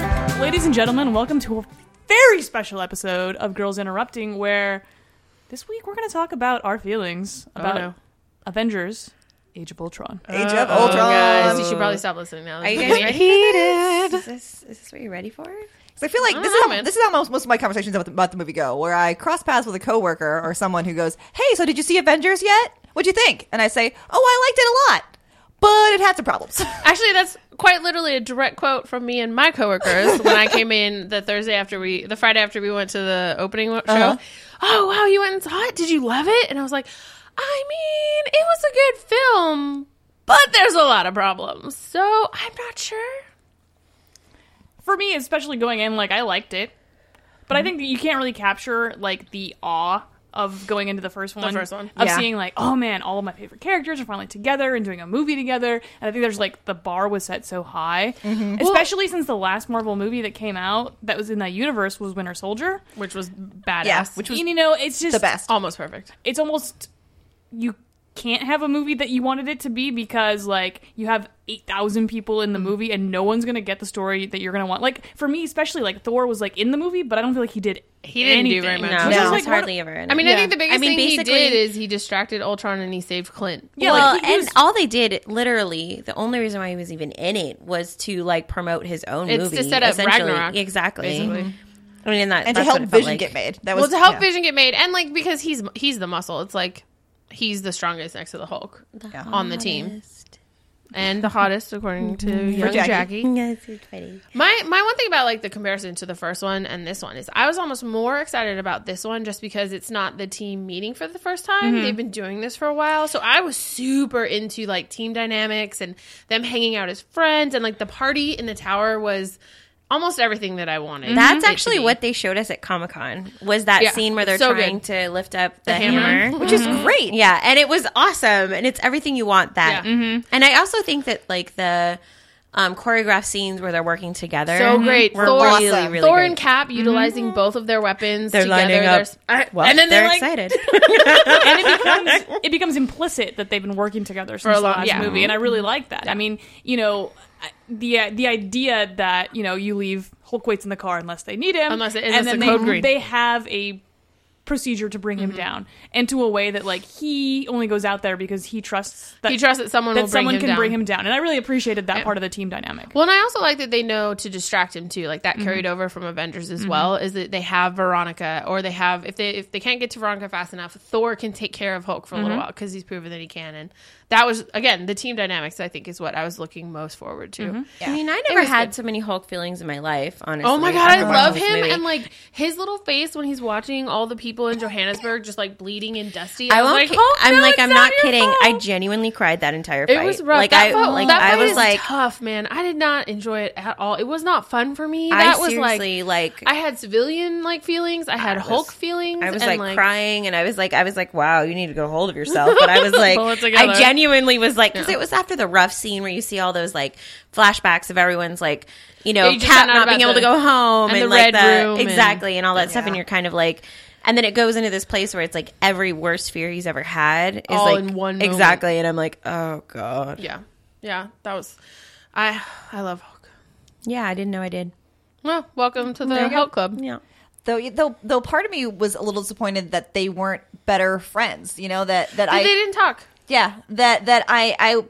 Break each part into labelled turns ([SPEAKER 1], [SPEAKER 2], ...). [SPEAKER 1] and gentlemen, welcome to a very special episode of Girls Interrupting, where this week we're going to talk about our feelings about
[SPEAKER 2] no.
[SPEAKER 1] Avengers Age of Ultron.
[SPEAKER 3] Age of Ultron.
[SPEAKER 2] guys, you should probably stop listening now.
[SPEAKER 3] Um, Are you
[SPEAKER 2] This
[SPEAKER 3] guys
[SPEAKER 2] is me.
[SPEAKER 3] heated?
[SPEAKER 4] Is this, is this what you're ready for?
[SPEAKER 3] 'Cause I feel like this
[SPEAKER 2] I don't
[SPEAKER 3] is
[SPEAKER 2] know,
[SPEAKER 3] how,
[SPEAKER 2] man.
[SPEAKER 3] this is how most, most of my conversations about the, about the movie go, where I cross paths with a coworker or someone who goes, "Hey, so did you see Avengers yet? What'd you think?" And I say, "Oh, I liked it a lot, but it had some problems."
[SPEAKER 2] Actually, that's quite literally a direct quote from me and my coworkers when I came in the Thursday after we, the Friday after we went to the opening show. Oh wow, you went and saw it? Did you love it? And I was like, I mean, it was a good film, but there's a lot of problems, so I'm not sure.
[SPEAKER 1] For me, especially going in, like, I liked it, but
[SPEAKER 3] Mm-hmm.
[SPEAKER 1] I think that you can't really capture, like, the awe of going into the first one.
[SPEAKER 2] first one.
[SPEAKER 1] Of
[SPEAKER 3] Yeah.
[SPEAKER 1] seeing, like, oh man, all of my favorite characters are finally together and doing a movie together. And I think there's, like, the bar was set so high.
[SPEAKER 3] Mm-hmm.
[SPEAKER 1] Especially since the last Marvel movie that came out that was in that universe was Winter Soldier.
[SPEAKER 2] Which was badass.
[SPEAKER 3] Yeah, which was
[SPEAKER 1] and, you know, it's just
[SPEAKER 3] the best.
[SPEAKER 2] almost perfect.
[SPEAKER 1] It's almost you can't have a movie that you wanted it to be because like you have 8,000 people in the movie and no one's going to get the story that you're going to want. Like for me especially like Thor was like in the movie but I don't feel like he did
[SPEAKER 2] He didn't do
[SPEAKER 1] anything.
[SPEAKER 2] very much.
[SPEAKER 4] No,
[SPEAKER 1] Which
[SPEAKER 3] No.
[SPEAKER 1] is, like,
[SPEAKER 4] no. was
[SPEAKER 1] one of-
[SPEAKER 4] hardly ever in it.
[SPEAKER 2] I mean, I
[SPEAKER 1] Yeah.
[SPEAKER 2] think the biggest
[SPEAKER 4] I mean,
[SPEAKER 2] thing he
[SPEAKER 4] basically-
[SPEAKER 2] did is he distracted Ultron and he saved Clint.
[SPEAKER 1] yeah,
[SPEAKER 4] well,
[SPEAKER 1] like, he
[SPEAKER 4] and
[SPEAKER 1] was-
[SPEAKER 4] all they did, literally, the only reason why he was even in it was to like promote his own
[SPEAKER 2] It's
[SPEAKER 4] movie.
[SPEAKER 2] to set up
[SPEAKER 4] essentially.
[SPEAKER 2] Ragnarok,
[SPEAKER 4] exactly.
[SPEAKER 2] basically.
[SPEAKER 4] I mean, and that
[SPEAKER 3] and to
[SPEAKER 4] that's
[SPEAKER 3] help
[SPEAKER 4] what it felt
[SPEAKER 3] Vision
[SPEAKER 4] like.
[SPEAKER 3] get made, that was
[SPEAKER 2] Well, to help
[SPEAKER 3] yeah.
[SPEAKER 2] Vision get made, and like because he's he's the muscle. It's like he's the strongest next to the Hulk
[SPEAKER 3] Yeah.
[SPEAKER 2] on the team, and the hottest according to
[SPEAKER 4] Mm-hmm.
[SPEAKER 2] young
[SPEAKER 3] Jackie.
[SPEAKER 2] Jackie.
[SPEAKER 4] Yes, it's funny.
[SPEAKER 2] My my one thing about like the comparison to the first one and this one is I was almost more excited about this one just because it's not the team meeting for the first time.
[SPEAKER 4] Mm-hmm.
[SPEAKER 2] They've been doing this for a while, so I was super into like team dynamics and them hanging out as friends and like the party in the tower was almost everything that I wanted.
[SPEAKER 4] Mm-hmm. That's
[SPEAKER 2] Mm-hmm. it to
[SPEAKER 4] actually
[SPEAKER 2] be.
[SPEAKER 4] what they showed us at Comic Con was that
[SPEAKER 2] Yeah,
[SPEAKER 4] scene where they're
[SPEAKER 2] so
[SPEAKER 4] trying
[SPEAKER 2] good.
[SPEAKER 4] to lift up the,
[SPEAKER 2] hammer. Mm-hmm.
[SPEAKER 4] hammer.
[SPEAKER 3] which is great.
[SPEAKER 4] Yeah, and it was awesome, and it's everything you want. That,
[SPEAKER 2] Yeah. Mm-hmm.
[SPEAKER 4] and I also think that like the um, choreographed scenes where they're working together,
[SPEAKER 2] So great.
[SPEAKER 4] Mm-hmm. were
[SPEAKER 2] Thor-
[SPEAKER 4] really,
[SPEAKER 3] Awesome.
[SPEAKER 4] really
[SPEAKER 2] Thor
[SPEAKER 4] great.
[SPEAKER 2] and Cap utilizing both of their weapons
[SPEAKER 4] They're
[SPEAKER 2] together.
[SPEAKER 4] lining
[SPEAKER 2] They're
[SPEAKER 4] up.
[SPEAKER 2] s- I-
[SPEAKER 4] well,
[SPEAKER 2] and then
[SPEAKER 4] they're,
[SPEAKER 2] they're, like,
[SPEAKER 4] excited.
[SPEAKER 1] and it becomes it becomes implicit that they've been working together since
[SPEAKER 2] a
[SPEAKER 1] the
[SPEAKER 2] long-
[SPEAKER 1] last
[SPEAKER 2] yeah.
[SPEAKER 1] movie, and I really like that. I mean, you know, I- the uh, the idea that you know you leave Hulk waits in the car unless they need him,
[SPEAKER 2] Unless it-
[SPEAKER 1] and
[SPEAKER 2] unless
[SPEAKER 1] then
[SPEAKER 2] the
[SPEAKER 1] they
[SPEAKER 2] code green. Mm-hmm.
[SPEAKER 1] they have a procedure to bring him down and to a way that like he only goes out there because he trusts that
[SPEAKER 2] He trusts that someone
[SPEAKER 1] that
[SPEAKER 2] will bring
[SPEAKER 1] someone
[SPEAKER 2] him
[SPEAKER 1] can
[SPEAKER 2] down.
[SPEAKER 1] bring him down, and I really appreciated that part of the team dynamic.
[SPEAKER 2] Well, and I also like that they know to distract him too. Like that carried over from Avengers as well. Is that they have Veronica, or they have if they if they can't get to Veronica fast enough, Thor can take care of Hulk for a little while because he's proven that he can. And that was again the team dynamics. I think is what I was looking most forward to.
[SPEAKER 4] I mean, I never
[SPEAKER 2] was
[SPEAKER 4] had
[SPEAKER 2] good.
[SPEAKER 4] so many Hulk feelings in my life. Honestly,
[SPEAKER 2] Oh my god, I
[SPEAKER 4] after
[SPEAKER 2] love
[SPEAKER 4] watching this
[SPEAKER 2] him
[SPEAKER 4] movie.
[SPEAKER 2] and like his little face when he's watching all the people in Johannesburg just like bleeding and dusty.
[SPEAKER 4] I
[SPEAKER 2] was
[SPEAKER 4] won't.
[SPEAKER 2] Like,
[SPEAKER 4] ki-
[SPEAKER 2] Hulk,
[SPEAKER 4] I'm
[SPEAKER 2] no,
[SPEAKER 4] like,
[SPEAKER 2] it's
[SPEAKER 4] I'm not
[SPEAKER 2] your
[SPEAKER 4] kidding.
[SPEAKER 2] fault.
[SPEAKER 4] I genuinely cried that entire fight.
[SPEAKER 2] It was rough.
[SPEAKER 4] Like
[SPEAKER 2] that
[SPEAKER 4] I,
[SPEAKER 2] fight,
[SPEAKER 4] like
[SPEAKER 2] that
[SPEAKER 4] I
[SPEAKER 2] fight
[SPEAKER 4] was
[SPEAKER 2] is
[SPEAKER 4] like,
[SPEAKER 2] tough, man. I did not enjoy it at all. It was not fun for me.
[SPEAKER 4] I
[SPEAKER 2] That was
[SPEAKER 4] seriously,
[SPEAKER 2] like,
[SPEAKER 4] like-
[SPEAKER 2] I had civilian like feelings. I had
[SPEAKER 4] was-
[SPEAKER 2] Hulk feelings.
[SPEAKER 4] I was
[SPEAKER 2] and,
[SPEAKER 4] like, crying, and I was like, I was like, wow, you need to get a hold of yourself. But I was like,
[SPEAKER 2] Pull it together.
[SPEAKER 4] I genuinely was like, because it was after the rough scene where you see all those like flashbacks of everyone's like, you know,
[SPEAKER 2] Yeah, you just
[SPEAKER 4] Cap
[SPEAKER 2] found out
[SPEAKER 4] not being
[SPEAKER 2] about
[SPEAKER 4] able to
[SPEAKER 2] the-
[SPEAKER 4] go home
[SPEAKER 2] and
[SPEAKER 4] and,
[SPEAKER 2] the
[SPEAKER 4] like
[SPEAKER 2] red
[SPEAKER 4] the
[SPEAKER 2] room and-
[SPEAKER 4] exactly and all that stuff, and you're kind of like. And then it goes into this place where it's like every worst fear he's ever had is
[SPEAKER 2] All
[SPEAKER 4] like
[SPEAKER 2] in one moment.
[SPEAKER 4] exactly, and I'm like, oh god,
[SPEAKER 2] Yeah, yeah. That was. I I love Hulk.
[SPEAKER 4] yeah, I didn't know I did,
[SPEAKER 2] Well, welcome to the
[SPEAKER 3] you go.
[SPEAKER 2] Hulk Club.
[SPEAKER 4] yeah.
[SPEAKER 3] Though, though, though, part of me was a little disappointed that they weren't better friends. You know that that I
[SPEAKER 2] they didn't talk.
[SPEAKER 3] yeah that that i i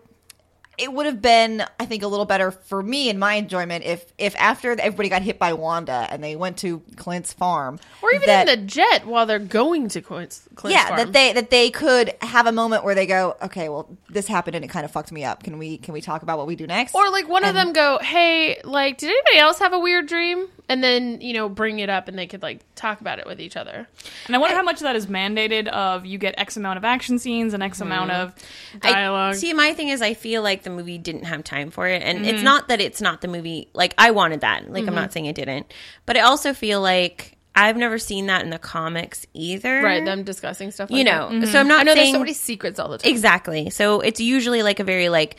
[SPEAKER 3] it would have been i think a little better for me in my enjoyment if if after everybody got hit by wanda and they went to clint's farm
[SPEAKER 2] Or even
[SPEAKER 3] that,
[SPEAKER 2] in the jet while they're going to Clint's, Clint's
[SPEAKER 3] yeah
[SPEAKER 2] farm.
[SPEAKER 3] that they that they could have a moment where they go okay well this happened and it kind of fucked me up can we can we talk about what we do next
[SPEAKER 2] Or like one of them go, "Hey, like, did anybody else have a weird dream?" And then you know, bring it up, and they could like talk about it with each other.
[SPEAKER 1] And I wonder how much of that is mandated of you get X amount of action scenes and X amount
[SPEAKER 2] Mm-hmm.
[SPEAKER 1] of
[SPEAKER 4] I-
[SPEAKER 2] dialogue.
[SPEAKER 4] see, my thing is, I feel like the movie didn't have time for it, and
[SPEAKER 2] Mm-hmm.
[SPEAKER 4] it's not that it's not the movie. Like I wanted that. Like I'm not saying it didn't, but I also feel like I've never seen that in the comics either.
[SPEAKER 2] Right, them discussing stuff. Like
[SPEAKER 4] you know.
[SPEAKER 2] that. Mm-hmm.
[SPEAKER 4] So I'm not
[SPEAKER 2] I know
[SPEAKER 4] saying
[SPEAKER 2] there's so many secrets all the time.
[SPEAKER 4] exactly. So it's usually like a very like.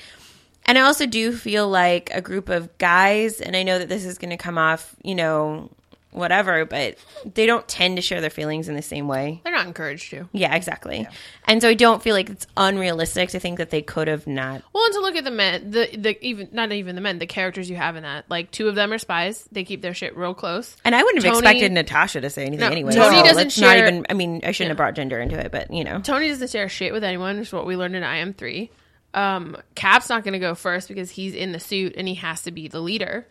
[SPEAKER 4] And I also do feel like a group of guys, and I know that this is going to come off, you know, whatever, but they don't tend to share their feelings in the same way.
[SPEAKER 2] They're not encouraged to.
[SPEAKER 4] Yeah, exactly. And so I don't feel like it's unrealistic to think that they could have not.
[SPEAKER 2] Well, and to look at the men, the the even not even the men, the characters you have in that. Like two of them are spies. They keep their shit real close.
[SPEAKER 4] And I wouldn't have
[SPEAKER 2] Tony-
[SPEAKER 4] expected Natasha to say anything
[SPEAKER 2] No,
[SPEAKER 4] anyway.
[SPEAKER 2] Tony
[SPEAKER 4] so
[SPEAKER 2] doesn't
[SPEAKER 4] let's
[SPEAKER 2] share-
[SPEAKER 4] Not even. I mean, I shouldn't have brought gender into it, but you know.
[SPEAKER 2] Tony doesn't share shit with anyone, which is what we learned in IM three. Um, Cap's not going to go first because he's in the suit and he has to be the leader.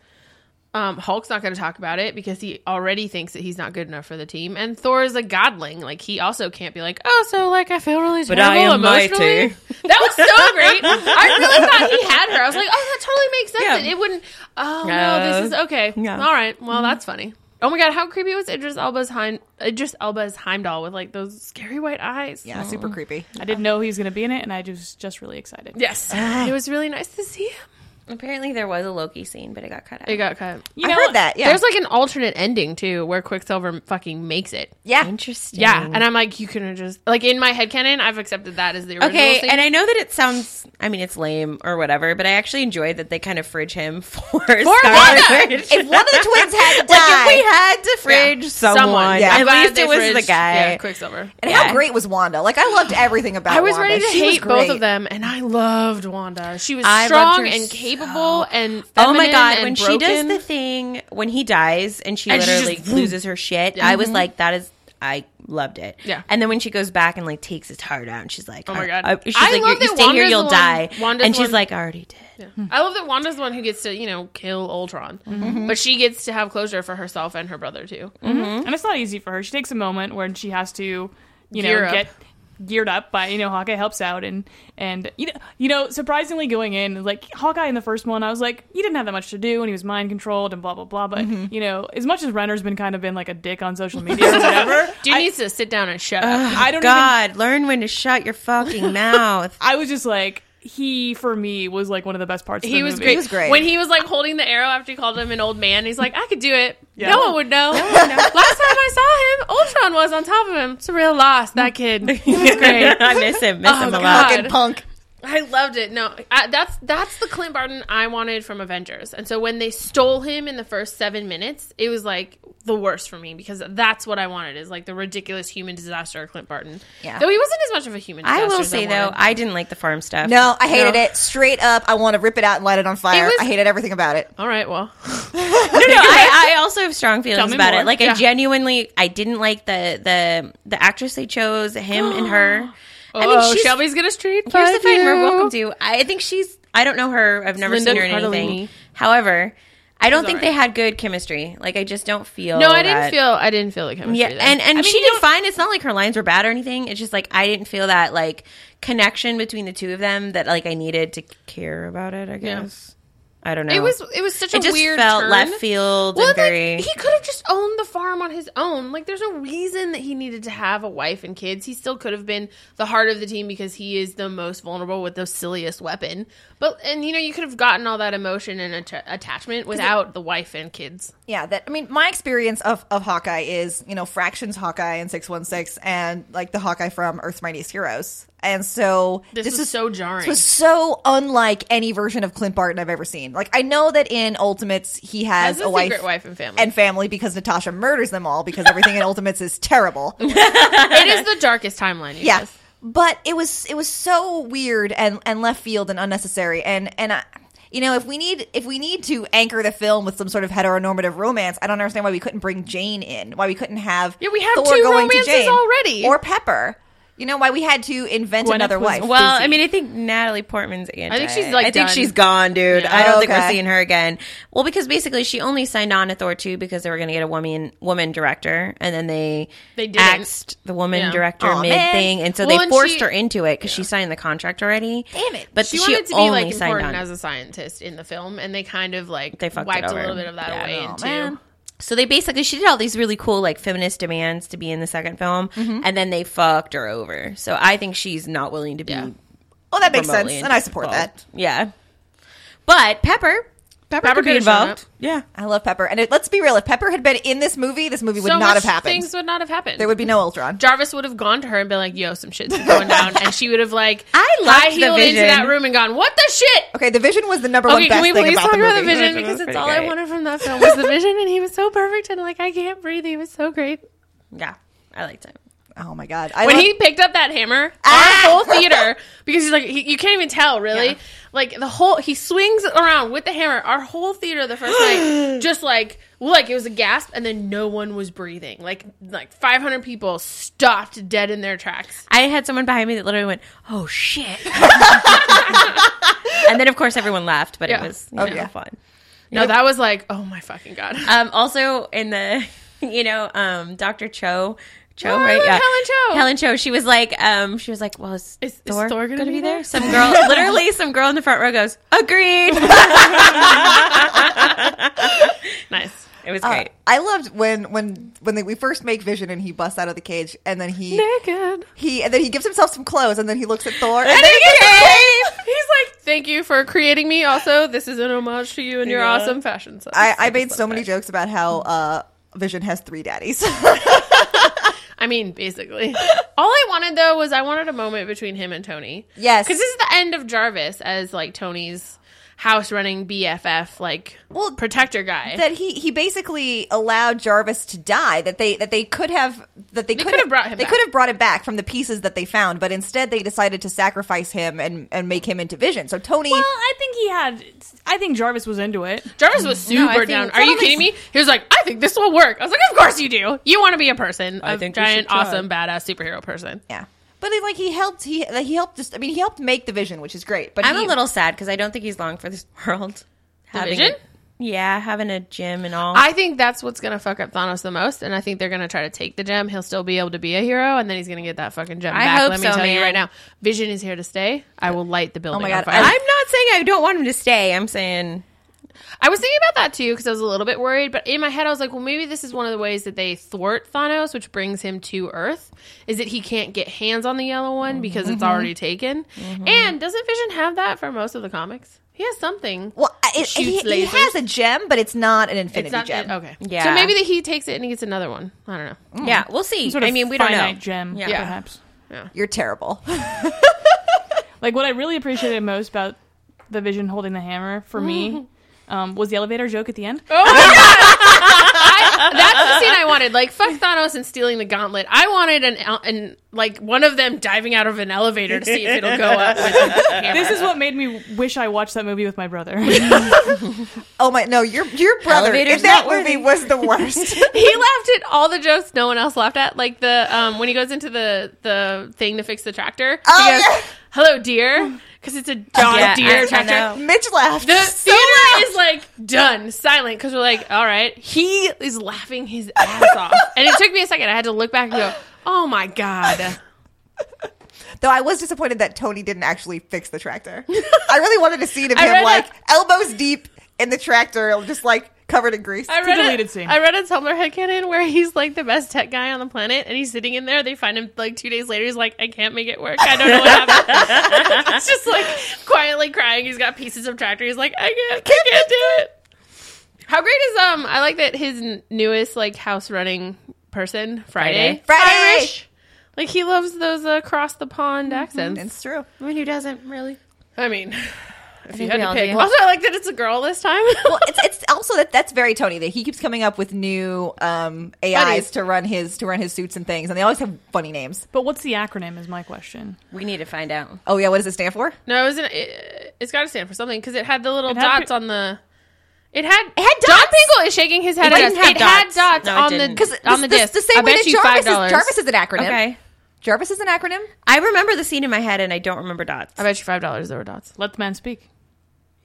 [SPEAKER 2] Um, Hulk's not going to talk about it because he already thinks that he's not good enough for the team. And Thor is a godling; like he also can't be like, oh, so like I feel really terrible
[SPEAKER 4] I am
[SPEAKER 2] emotionally.
[SPEAKER 4] mighty.
[SPEAKER 2] That was so great. I really thought he had her. I was like, oh, that totally makes sense. And it wouldn't. Oh no,
[SPEAKER 4] No.
[SPEAKER 2] this is okay.
[SPEAKER 4] Yeah. Mm-hmm.
[SPEAKER 2] All right. Well, that's funny. Oh my god, how creepy was Idris Elba's Heim- Idris Elba's Heimdall with like those scary white eyes?
[SPEAKER 3] Yeah, super creepy.
[SPEAKER 1] I didn't know he was going to be in it, and I just just really excited.
[SPEAKER 2] Yes. it was really nice to see him.
[SPEAKER 4] Apparently, there was a Loki scene, but it got cut out.
[SPEAKER 2] It got cut.
[SPEAKER 1] You know,
[SPEAKER 3] I heard that. Yeah,
[SPEAKER 2] There's like an alternate ending too where Quicksilver fucking makes it.
[SPEAKER 3] yeah.
[SPEAKER 4] Interesting.
[SPEAKER 2] Yeah. And I'm like, you couldn't have just like in my head canon, I've accepted that as the original
[SPEAKER 4] Okay,
[SPEAKER 2] scene.
[SPEAKER 4] and I know that it sounds, I mean, it's lame or whatever, but I actually enjoyed that they kind of fridge him for, Scarlet Witch.
[SPEAKER 3] If one of the twins had to
[SPEAKER 4] Like,
[SPEAKER 3] die,
[SPEAKER 4] if we had to fridge
[SPEAKER 2] Yeah.
[SPEAKER 4] someone,
[SPEAKER 3] Yeah.
[SPEAKER 2] I'm
[SPEAKER 4] at
[SPEAKER 2] glad
[SPEAKER 4] least
[SPEAKER 2] they
[SPEAKER 4] it was the
[SPEAKER 2] fridged-
[SPEAKER 4] guy.
[SPEAKER 2] Yeah, Quicksilver.
[SPEAKER 3] and
[SPEAKER 4] yeah.
[SPEAKER 3] how great was Wanda? Like I loved everything about.
[SPEAKER 2] I was
[SPEAKER 3] Wanda.
[SPEAKER 2] ready to
[SPEAKER 3] She was
[SPEAKER 2] hate both
[SPEAKER 3] great.
[SPEAKER 2] of them, and I loved Wanda. She was
[SPEAKER 4] I loved
[SPEAKER 2] strong
[SPEAKER 4] her
[SPEAKER 2] and
[SPEAKER 4] so-
[SPEAKER 2] capable and
[SPEAKER 4] Oh my
[SPEAKER 2] feminine
[SPEAKER 4] god!
[SPEAKER 2] and
[SPEAKER 4] When she does
[SPEAKER 2] broken.
[SPEAKER 4] the thing, when he dies and she
[SPEAKER 2] And she
[SPEAKER 4] literally
[SPEAKER 2] just- Mm-hmm.
[SPEAKER 4] loses her shit, I was like, "That is, I loved it."
[SPEAKER 2] Yeah.
[SPEAKER 4] And then when she goes back and like takes his heart out, and she's like, "Oh
[SPEAKER 2] my God.
[SPEAKER 4] she's
[SPEAKER 2] I
[SPEAKER 4] like,
[SPEAKER 2] love
[SPEAKER 4] "You- "You
[SPEAKER 2] that
[SPEAKER 4] stay here,
[SPEAKER 2] Wanda's
[SPEAKER 4] you'll
[SPEAKER 2] the one-
[SPEAKER 4] die."
[SPEAKER 2] Wanda's
[SPEAKER 4] and she's
[SPEAKER 2] one-
[SPEAKER 4] like, "I already did."
[SPEAKER 2] I love that Wanda's the one who gets to, you know, kill Ultron. But she gets to have closure for herself and her brother too.
[SPEAKER 1] and it's not easy for her. She takes a moment when she has to, you know,
[SPEAKER 2] Gear up.
[SPEAKER 1] get geared up by you know Hawkeye helps out and and you know you know surprisingly going in like Hawkeye in the first one I was like he didn't have that much to do and he was mind controlled and blah blah blah but you know as much as Renner's been kind of been like a dick on social media or whatever
[SPEAKER 2] Dude needs to sit down and shut up.
[SPEAKER 1] I don't even
[SPEAKER 4] God, learn when to shut your fucking mouth.
[SPEAKER 1] I was just like he for me was like one of the best parts of
[SPEAKER 2] He
[SPEAKER 1] the
[SPEAKER 2] was
[SPEAKER 1] movie.
[SPEAKER 2] great.
[SPEAKER 3] was great.
[SPEAKER 2] When he was like holding the arrow after he called him an old man, he's like, I could do it.
[SPEAKER 1] Yeah.
[SPEAKER 2] No one would know. Last time I saw him, Ultron was on top of him. It's a real loss, that kid. He was great.
[SPEAKER 4] I miss him. Miss
[SPEAKER 2] Oh,
[SPEAKER 4] him a
[SPEAKER 2] God.
[SPEAKER 4] lot.
[SPEAKER 3] Fucking punk.
[SPEAKER 2] I loved it. No, I, that's that's the Clint Barton I wanted from Avengers. And so when they stole him in the first seven minutes, it was like the worst for me because that's what I wanted is like the ridiculous human disaster of Clint Barton.
[SPEAKER 3] Yeah.
[SPEAKER 2] Though he wasn't as much of a human.
[SPEAKER 4] I
[SPEAKER 2] disaster
[SPEAKER 4] will
[SPEAKER 2] as
[SPEAKER 4] say though,
[SPEAKER 2] wanted.
[SPEAKER 4] I didn't like the farm stuff.
[SPEAKER 3] No, I hated
[SPEAKER 2] No.
[SPEAKER 3] it straight up. I want to rip it out and light it on fire.
[SPEAKER 2] was-
[SPEAKER 3] I hated everything about it.
[SPEAKER 2] all right, well,
[SPEAKER 4] no, no. I, I also have strong feelings
[SPEAKER 1] me
[SPEAKER 4] about
[SPEAKER 1] more.
[SPEAKER 4] it. Like
[SPEAKER 2] Yeah.
[SPEAKER 4] I genuinely, I didn't like the the the actress they chose, him and her. I mean,
[SPEAKER 2] oh,
[SPEAKER 4] she's,
[SPEAKER 2] Shelby's gonna street.
[SPEAKER 4] here's the thing. We're
[SPEAKER 2] you.
[SPEAKER 4] welcome to. I think she's. I don't know her. I've never
[SPEAKER 2] Linda
[SPEAKER 4] seen her in
[SPEAKER 2] Cardellini.
[SPEAKER 4] anything. However, I don't
[SPEAKER 2] She's
[SPEAKER 4] think
[SPEAKER 2] all
[SPEAKER 4] they had good chemistry. Like I just don't feel.
[SPEAKER 2] No, I didn't
[SPEAKER 4] that-
[SPEAKER 2] feel. I didn't feel like chemistry.
[SPEAKER 4] Yeah,
[SPEAKER 2] there.
[SPEAKER 4] and and
[SPEAKER 1] I mean,
[SPEAKER 4] she
[SPEAKER 1] you
[SPEAKER 4] did
[SPEAKER 1] don't-
[SPEAKER 4] fine. It's not like her lines were bad or anything. It's just like I didn't feel that like connection between the two of them that like I needed to care about it. I guess I don't know.
[SPEAKER 2] it was it was such a
[SPEAKER 4] it just
[SPEAKER 2] weird
[SPEAKER 4] felt
[SPEAKER 2] turn.
[SPEAKER 4] left field
[SPEAKER 2] Well,
[SPEAKER 4] and
[SPEAKER 2] like,
[SPEAKER 4] very.
[SPEAKER 2] he could have just owned the farm on his own. Like, there's no reason that he needed to have a wife and kids. He still could have been the heart of the team because he is the most vulnerable with the silliest weapon. But and you know you could have gotten all that emotion and atta attachment without the wife and kids.
[SPEAKER 3] Yeah, that I mean, my experience of, of Hawkeye is you know fractions Hawkeye and six one six and like the Hawkeye from Earth's Mightiest Heroes, and so
[SPEAKER 2] This, was
[SPEAKER 3] is
[SPEAKER 2] so jarring.
[SPEAKER 3] This was so unlike any version of Clint Barton I've ever seen. Like I know that in Ultimates he has,
[SPEAKER 2] Has a
[SPEAKER 3] a wife,
[SPEAKER 2] secret wife and family.
[SPEAKER 3] and family because Natasha murders them all because everything in Ultimates is terrible.
[SPEAKER 2] it is the darkest timeline. You
[SPEAKER 3] Yeah.
[SPEAKER 2] guys.
[SPEAKER 3] But it was it was so weird and, and left field and unnecessary and and I, you know if we need if we need to anchor the film with some sort of heteronormative romance, I don't understand why we couldn't bring Jane in. Why we couldn't have
[SPEAKER 2] Yeah, we have
[SPEAKER 3] Thor
[SPEAKER 2] two
[SPEAKER 3] going to
[SPEAKER 2] romances
[SPEAKER 3] Jane
[SPEAKER 2] already.
[SPEAKER 3] or Pepper. You know why we had to invent
[SPEAKER 1] Gwyneth
[SPEAKER 3] another
[SPEAKER 1] was-
[SPEAKER 3] wife.
[SPEAKER 4] Well, I mean, I think Natalie Portman's anti.
[SPEAKER 2] think she's, like,
[SPEAKER 4] I think
[SPEAKER 2] done.
[SPEAKER 4] she's gone, dude. I don't think
[SPEAKER 3] Okay.
[SPEAKER 4] we're seeing her again. Well, because basically she only signed on to Thor two because they were going to get a woman woman director, and then they
[SPEAKER 2] They didn't.
[SPEAKER 4] axed the woman
[SPEAKER 2] Yeah.
[SPEAKER 4] director
[SPEAKER 3] Aw,
[SPEAKER 4] mid
[SPEAKER 3] man.
[SPEAKER 4] thing, and so
[SPEAKER 2] Well,
[SPEAKER 4] they
[SPEAKER 2] and
[SPEAKER 4] forced
[SPEAKER 2] she-
[SPEAKER 4] her into it because she signed the contract already.
[SPEAKER 3] Damn it.
[SPEAKER 4] But
[SPEAKER 2] She
[SPEAKER 4] she,
[SPEAKER 2] wanted to be
[SPEAKER 4] only
[SPEAKER 2] like
[SPEAKER 4] signed
[SPEAKER 2] important
[SPEAKER 4] on.
[SPEAKER 2] as a scientist in the film, and they kind of like
[SPEAKER 4] They fucked it
[SPEAKER 2] wiped a
[SPEAKER 4] over.
[SPEAKER 2] little bit of that
[SPEAKER 4] Yeah.
[SPEAKER 2] away.
[SPEAKER 3] Oh,
[SPEAKER 2] into,
[SPEAKER 3] man.
[SPEAKER 4] so they basically she did all these really cool like feminist demands to be in the second film,
[SPEAKER 2] Mm-hmm.
[SPEAKER 4] and then they fucked her over. So I think she's not willing to be
[SPEAKER 2] Yeah.
[SPEAKER 3] well, Oh, that makes sense,
[SPEAKER 4] remotely
[SPEAKER 3] and I support
[SPEAKER 4] involved.
[SPEAKER 3] that.
[SPEAKER 4] Yeah. But Pepper, Pepper,
[SPEAKER 2] Pepper
[SPEAKER 4] could be
[SPEAKER 2] could've shown
[SPEAKER 4] involved.
[SPEAKER 2] up.
[SPEAKER 4] Yeah.
[SPEAKER 3] I love Pepper. And it, let's be real, if Pepper had been in this movie, this movie would
[SPEAKER 2] so
[SPEAKER 3] not
[SPEAKER 2] much
[SPEAKER 3] have happened.
[SPEAKER 2] Things would not have happened.
[SPEAKER 3] there would be no Ultron.
[SPEAKER 2] Jarvis would have gone to her and been like, "Yo, some shit's going down," and she would have like,
[SPEAKER 4] I loved
[SPEAKER 2] high
[SPEAKER 4] the
[SPEAKER 2] heeled into
[SPEAKER 4] vision.
[SPEAKER 2] that room and gone, "What the shit?"
[SPEAKER 3] Okay, the vision was the number one
[SPEAKER 2] Okay,
[SPEAKER 3] best
[SPEAKER 2] can we
[SPEAKER 3] thing
[SPEAKER 2] please
[SPEAKER 3] about
[SPEAKER 2] talk
[SPEAKER 3] the
[SPEAKER 2] about
[SPEAKER 3] movie.
[SPEAKER 2] the vision
[SPEAKER 4] That
[SPEAKER 2] because
[SPEAKER 4] was
[SPEAKER 2] it's
[SPEAKER 4] pretty
[SPEAKER 2] all I
[SPEAKER 4] great.
[SPEAKER 2] wanted from that film was the vision, and he was so perfect, and like I can't breathe. He was so great.
[SPEAKER 4] Yeah. I liked it.
[SPEAKER 3] Oh my god! I
[SPEAKER 2] when
[SPEAKER 3] love-
[SPEAKER 2] he picked up that hammer,
[SPEAKER 3] Ah!
[SPEAKER 2] our whole theater because he's like he, you can't even tell really. Like the whole he swings around with the hammer. Our whole theater the first night just like like it was a gasp and then no one was breathing. Like like 500 people stopped dead in their tracks.
[SPEAKER 4] I had someone behind me that literally went, "Oh shit!" and then, of course, everyone laughed, but
[SPEAKER 2] Yeah.
[SPEAKER 4] it was you
[SPEAKER 3] Oh,
[SPEAKER 4] know,
[SPEAKER 3] yeah.
[SPEAKER 4] fun.
[SPEAKER 2] No, that was like oh my fucking god.
[SPEAKER 4] Um, also, in the you know, um, Dr. Cho, Cho,
[SPEAKER 2] Oh, I
[SPEAKER 4] right?
[SPEAKER 2] love Helen Cho.
[SPEAKER 4] Helen Cho. She was like, um, she was like, "Well, is,
[SPEAKER 2] Is- is
[SPEAKER 4] Thor,
[SPEAKER 2] Thor
[SPEAKER 4] going to be, there?" Some girl, literally, some girl in the front row goes, "Agreed."
[SPEAKER 2] nice.
[SPEAKER 4] it was
[SPEAKER 3] Uh,
[SPEAKER 4] great.
[SPEAKER 3] I loved when when when they, we first make Vision and he busts out of the cage and then he
[SPEAKER 2] Naked.
[SPEAKER 3] he and then he gives himself some clothes and then he looks at Thor and,
[SPEAKER 4] And
[SPEAKER 3] then
[SPEAKER 4] he
[SPEAKER 3] he gets
[SPEAKER 4] gets-
[SPEAKER 3] away.
[SPEAKER 2] He's like, thank you for creating me. Also, this is an homage to you and your
[SPEAKER 4] Yeah.
[SPEAKER 2] awesome fashion sense.
[SPEAKER 3] I, I made so many jokes about how uh, Vision has three daddies.
[SPEAKER 2] I mean, basically. All I wanted though was I wanted a moment between him and Tony.
[SPEAKER 3] Yes.
[SPEAKER 2] because this is the end of Jarvis as like Tony's house running BFF, like
[SPEAKER 3] Well,
[SPEAKER 2] protector guy.
[SPEAKER 3] that he he basically allowed Jarvis to die. That they that they could have that they,
[SPEAKER 2] could have brought him
[SPEAKER 3] They
[SPEAKER 2] back.
[SPEAKER 3] could have brought it back from the pieces that they found, but instead they decided to sacrifice him and and make him into Vision. So Tony,
[SPEAKER 1] Well, I think he had. I think Jarvis was into it.
[SPEAKER 2] Jarvis was super
[SPEAKER 4] I think-
[SPEAKER 2] down. Are you kidding me? He was like, I think this will work. I was like, of course you do. You want to be a person, a
[SPEAKER 4] I think we
[SPEAKER 2] giant,
[SPEAKER 4] should try.
[SPEAKER 2] awesome, badass superhero person.
[SPEAKER 3] yeah, but he, like he helped he he helped just I mean he helped make the Vision, which is great. But
[SPEAKER 4] I'm
[SPEAKER 3] he-
[SPEAKER 4] a little sad because I don't think he's long for this world.
[SPEAKER 2] Vision?
[SPEAKER 4] yeah, having a gym and all.
[SPEAKER 2] I think that's what's gonna fuck up Thanos the most, and I think they're gonna try to take the gem. He'll still be able to be a hero, and then he's gonna get that fucking gem
[SPEAKER 4] I
[SPEAKER 2] back.
[SPEAKER 4] hope
[SPEAKER 2] Let me
[SPEAKER 4] so,
[SPEAKER 2] tell you
[SPEAKER 4] man.
[SPEAKER 2] right now, Vision is here to stay. I will light the building.
[SPEAKER 3] my
[SPEAKER 2] on
[SPEAKER 3] God,
[SPEAKER 2] fire.
[SPEAKER 4] I'm not saying I don't want him to stay. I'm saying
[SPEAKER 2] I was thinking about that too because I was a little bit worried, but in my head I was like, well, maybe this is one of the ways that they thwart Thanos, which brings him to Earth, is that he can't get hands on the yellow
[SPEAKER 4] Mm-hmm.
[SPEAKER 2] one because it's already taken. And doesn't Vision have that for most of the comics? He has something.
[SPEAKER 3] Well, I- it,
[SPEAKER 2] Shoots
[SPEAKER 3] he, he
[SPEAKER 2] lasers.
[SPEAKER 3] has a gem, but it's not an infinity
[SPEAKER 2] it's not
[SPEAKER 3] gem.
[SPEAKER 2] okay.
[SPEAKER 4] Yeah.
[SPEAKER 2] So maybe that he takes it and he gets another one. I don't know.
[SPEAKER 4] Yeah, we'll see.
[SPEAKER 1] Sort of
[SPEAKER 4] I mean, we don't know.
[SPEAKER 1] finite Gem,
[SPEAKER 4] Yeah.
[SPEAKER 2] Yeah.
[SPEAKER 1] perhaps.
[SPEAKER 2] Oh.
[SPEAKER 3] You're terrible.
[SPEAKER 1] Like what I really appreciated most about the Vision holding the hammer for me um, was the elevator joke at the end.
[SPEAKER 2] Oh my god! I, that's the scene I wanted. Like fuck Thanos and stealing the gauntlet. I wanted an el- an like one of them diving out of an elevator to see if it'll go up. With the hammer.
[SPEAKER 1] This is what made me wish I watched that movie with my brother.
[SPEAKER 3] Oh my no, your your brother
[SPEAKER 4] Elevator's
[SPEAKER 3] in that
[SPEAKER 4] not
[SPEAKER 3] movie was the worst.
[SPEAKER 2] he laughed at all the jokes no one else laughed at. Like the um, when he goes into the the thing to fix the tractor.
[SPEAKER 3] Oh,
[SPEAKER 2] he goes,
[SPEAKER 3] yeah.
[SPEAKER 2] "Hello, deer," because it's a John
[SPEAKER 4] Yeah, I- I
[SPEAKER 2] Deere tractor.
[SPEAKER 4] know.
[SPEAKER 3] Mitch laughed.
[SPEAKER 2] The
[SPEAKER 3] so
[SPEAKER 2] theater
[SPEAKER 3] loud.
[SPEAKER 2] is like done, silent, because we're like, all right, he is laughing his ass off, and it took me a second. I had to look back and go, oh my god.
[SPEAKER 3] Though I was disappointed that Tony didn't actually fix the tractor. I really wanted a scene of
[SPEAKER 2] I read
[SPEAKER 3] him
[SPEAKER 2] a-
[SPEAKER 3] like elbows deep in the tractor, just like covered in grease.
[SPEAKER 2] I read
[SPEAKER 1] deleted
[SPEAKER 2] a,
[SPEAKER 1] scene.
[SPEAKER 2] I read a Tumblr headcanon where he's like the best tech guy on the planet, and he's sitting in there. They find him like two days later. He's like, I can't make it work. I don't know what happened. he's just like quietly crying. He's got pieces of tractor. He's like, I can't, I can't, do it. How great is um? I like that his n- newest like house running person Friday.
[SPEAKER 4] Friday.
[SPEAKER 3] Friday!
[SPEAKER 2] Irish. Like he loves those uh, across the pond accents.
[SPEAKER 3] it's true.
[SPEAKER 4] I mean, who doesn't really?
[SPEAKER 2] I mean, if you
[SPEAKER 4] think
[SPEAKER 2] had
[SPEAKER 4] we
[SPEAKER 2] to
[SPEAKER 4] all
[SPEAKER 2] pick.
[SPEAKER 4] do.
[SPEAKER 2] Also, I like that it's a girl this time.
[SPEAKER 3] Well, it's, it's also that that's very Tony that he keeps coming up with new um, AIs
[SPEAKER 2] Buddies.
[SPEAKER 3] to run his to run his suits and things, and they always have funny names.
[SPEAKER 1] but what's the acronym? Is my question.
[SPEAKER 4] We need to find out.
[SPEAKER 3] Oh yeah, what does it stand for?
[SPEAKER 2] No, it was an, it, it's got to stand for something because it had the little
[SPEAKER 1] It had
[SPEAKER 2] dots
[SPEAKER 1] pe-
[SPEAKER 2] on the. It had. It
[SPEAKER 3] had
[SPEAKER 2] Don
[SPEAKER 3] dots.
[SPEAKER 2] Pingle is shaking his head.
[SPEAKER 4] It
[SPEAKER 2] at us.
[SPEAKER 4] didn't have
[SPEAKER 2] it had
[SPEAKER 4] dots.
[SPEAKER 2] dots
[SPEAKER 4] No, it
[SPEAKER 2] on the
[SPEAKER 4] didn't.
[SPEAKER 2] because on the
[SPEAKER 3] this-
[SPEAKER 2] disc.
[SPEAKER 3] the same
[SPEAKER 2] I
[SPEAKER 3] way
[SPEAKER 2] bet
[SPEAKER 3] that
[SPEAKER 2] you five
[SPEAKER 3] Jarvis
[SPEAKER 2] dollars.
[SPEAKER 3] is, Jarvis is an acronym.
[SPEAKER 4] Okay,
[SPEAKER 3] Jarvis is an acronym.
[SPEAKER 4] I remember the scene in my head, and I don't remember dots.
[SPEAKER 2] I bet you five dollars there were dots.
[SPEAKER 1] Let the man speak.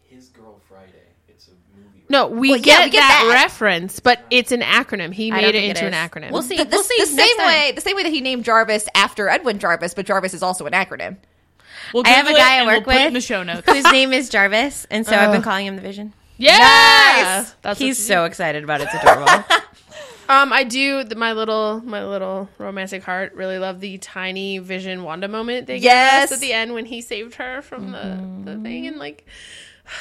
[SPEAKER 5] His Girl Friday. It's a movie.
[SPEAKER 2] No, we,
[SPEAKER 3] Well,
[SPEAKER 2] get,
[SPEAKER 3] yeah, we get
[SPEAKER 2] that,
[SPEAKER 3] that.
[SPEAKER 2] reference, but it's an acronym. He
[SPEAKER 4] I
[SPEAKER 2] made
[SPEAKER 4] don't
[SPEAKER 2] it
[SPEAKER 4] think
[SPEAKER 2] into
[SPEAKER 4] it
[SPEAKER 2] an
[SPEAKER 4] is.
[SPEAKER 2] acronym.
[SPEAKER 4] We'll see.
[SPEAKER 3] The,
[SPEAKER 4] we'll see.
[SPEAKER 3] the
[SPEAKER 4] next
[SPEAKER 3] same
[SPEAKER 4] time.
[SPEAKER 3] way the same way that he named Jarvis after Edwin Jarvis, but Jarvis is also an acronym.
[SPEAKER 1] We'll
[SPEAKER 4] I have a
[SPEAKER 1] Google it
[SPEAKER 4] guy I
[SPEAKER 1] and we'll
[SPEAKER 4] work
[SPEAKER 1] put it
[SPEAKER 4] with
[SPEAKER 1] in the show notes.
[SPEAKER 4] whose name is Jarvis, and so I've been calling him the Vision.
[SPEAKER 2] Yeah,
[SPEAKER 3] Nice!
[SPEAKER 2] that's
[SPEAKER 4] He's
[SPEAKER 2] what-
[SPEAKER 4] so excited about it. It's adorable.
[SPEAKER 2] Um, I do the, my little my little romantic heart really loved the tiny Vision Wanda moment they gave
[SPEAKER 3] Yes.
[SPEAKER 4] Mm-hmm.
[SPEAKER 2] us at the end when he saved her from the, the thing and like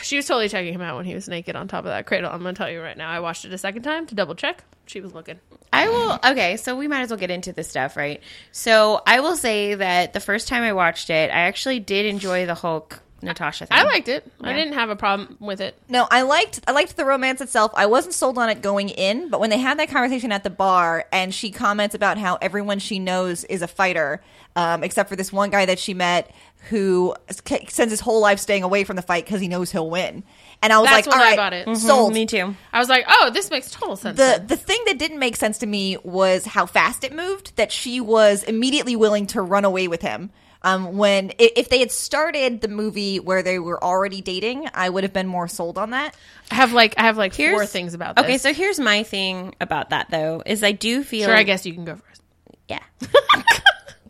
[SPEAKER 2] She was totally checking him out when he was naked on top of that cradle. I'm going to tell you right now. I watched it a second time to double check. She was looking.
[SPEAKER 4] I will. Okay, so we might as well get into this stuff, right? So I will say that the first time I watched it, I actually did enjoy the Hulk Natasha thing.
[SPEAKER 2] I liked it. I didn't have a problem with it.
[SPEAKER 3] No, I liked I liked the romance itself. I wasn't sold on it going in, but when they had that conversation at the bar, and she comments about how everyone she knows is a fighter, um, except for this one guy that she met who s- k- spends his whole life staying away from the fight because he knows he'll win. And I was
[SPEAKER 2] That's
[SPEAKER 3] like,
[SPEAKER 2] when
[SPEAKER 3] all
[SPEAKER 2] I
[SPEAKER 3] right,
[SPEAKER 2] bought it. Mhm,
[SPEAKER 3] sold.
[SPEAKER 4] Mm-hmm. Me too.
[SPEAKER 2] I was like, oh, this makes total sense.
[SPEAKER 3] The the thing that didn't make sense to me was how fast it moved. That she was immediately willing to run away with him. Um, when i- if they had started the movie where they were already dating, I would have been more sold on that.
[SPEAKER 2] I have like I have like four
[SPEAKER 4] Here's-
[SPEAKER 2] things about this.
[SPEAKER 4] Okay, so here's my thing about that though is I do feel
[SPEAKER 2] sure, I guess you can go first.
[SPEAKER 4] Yeah.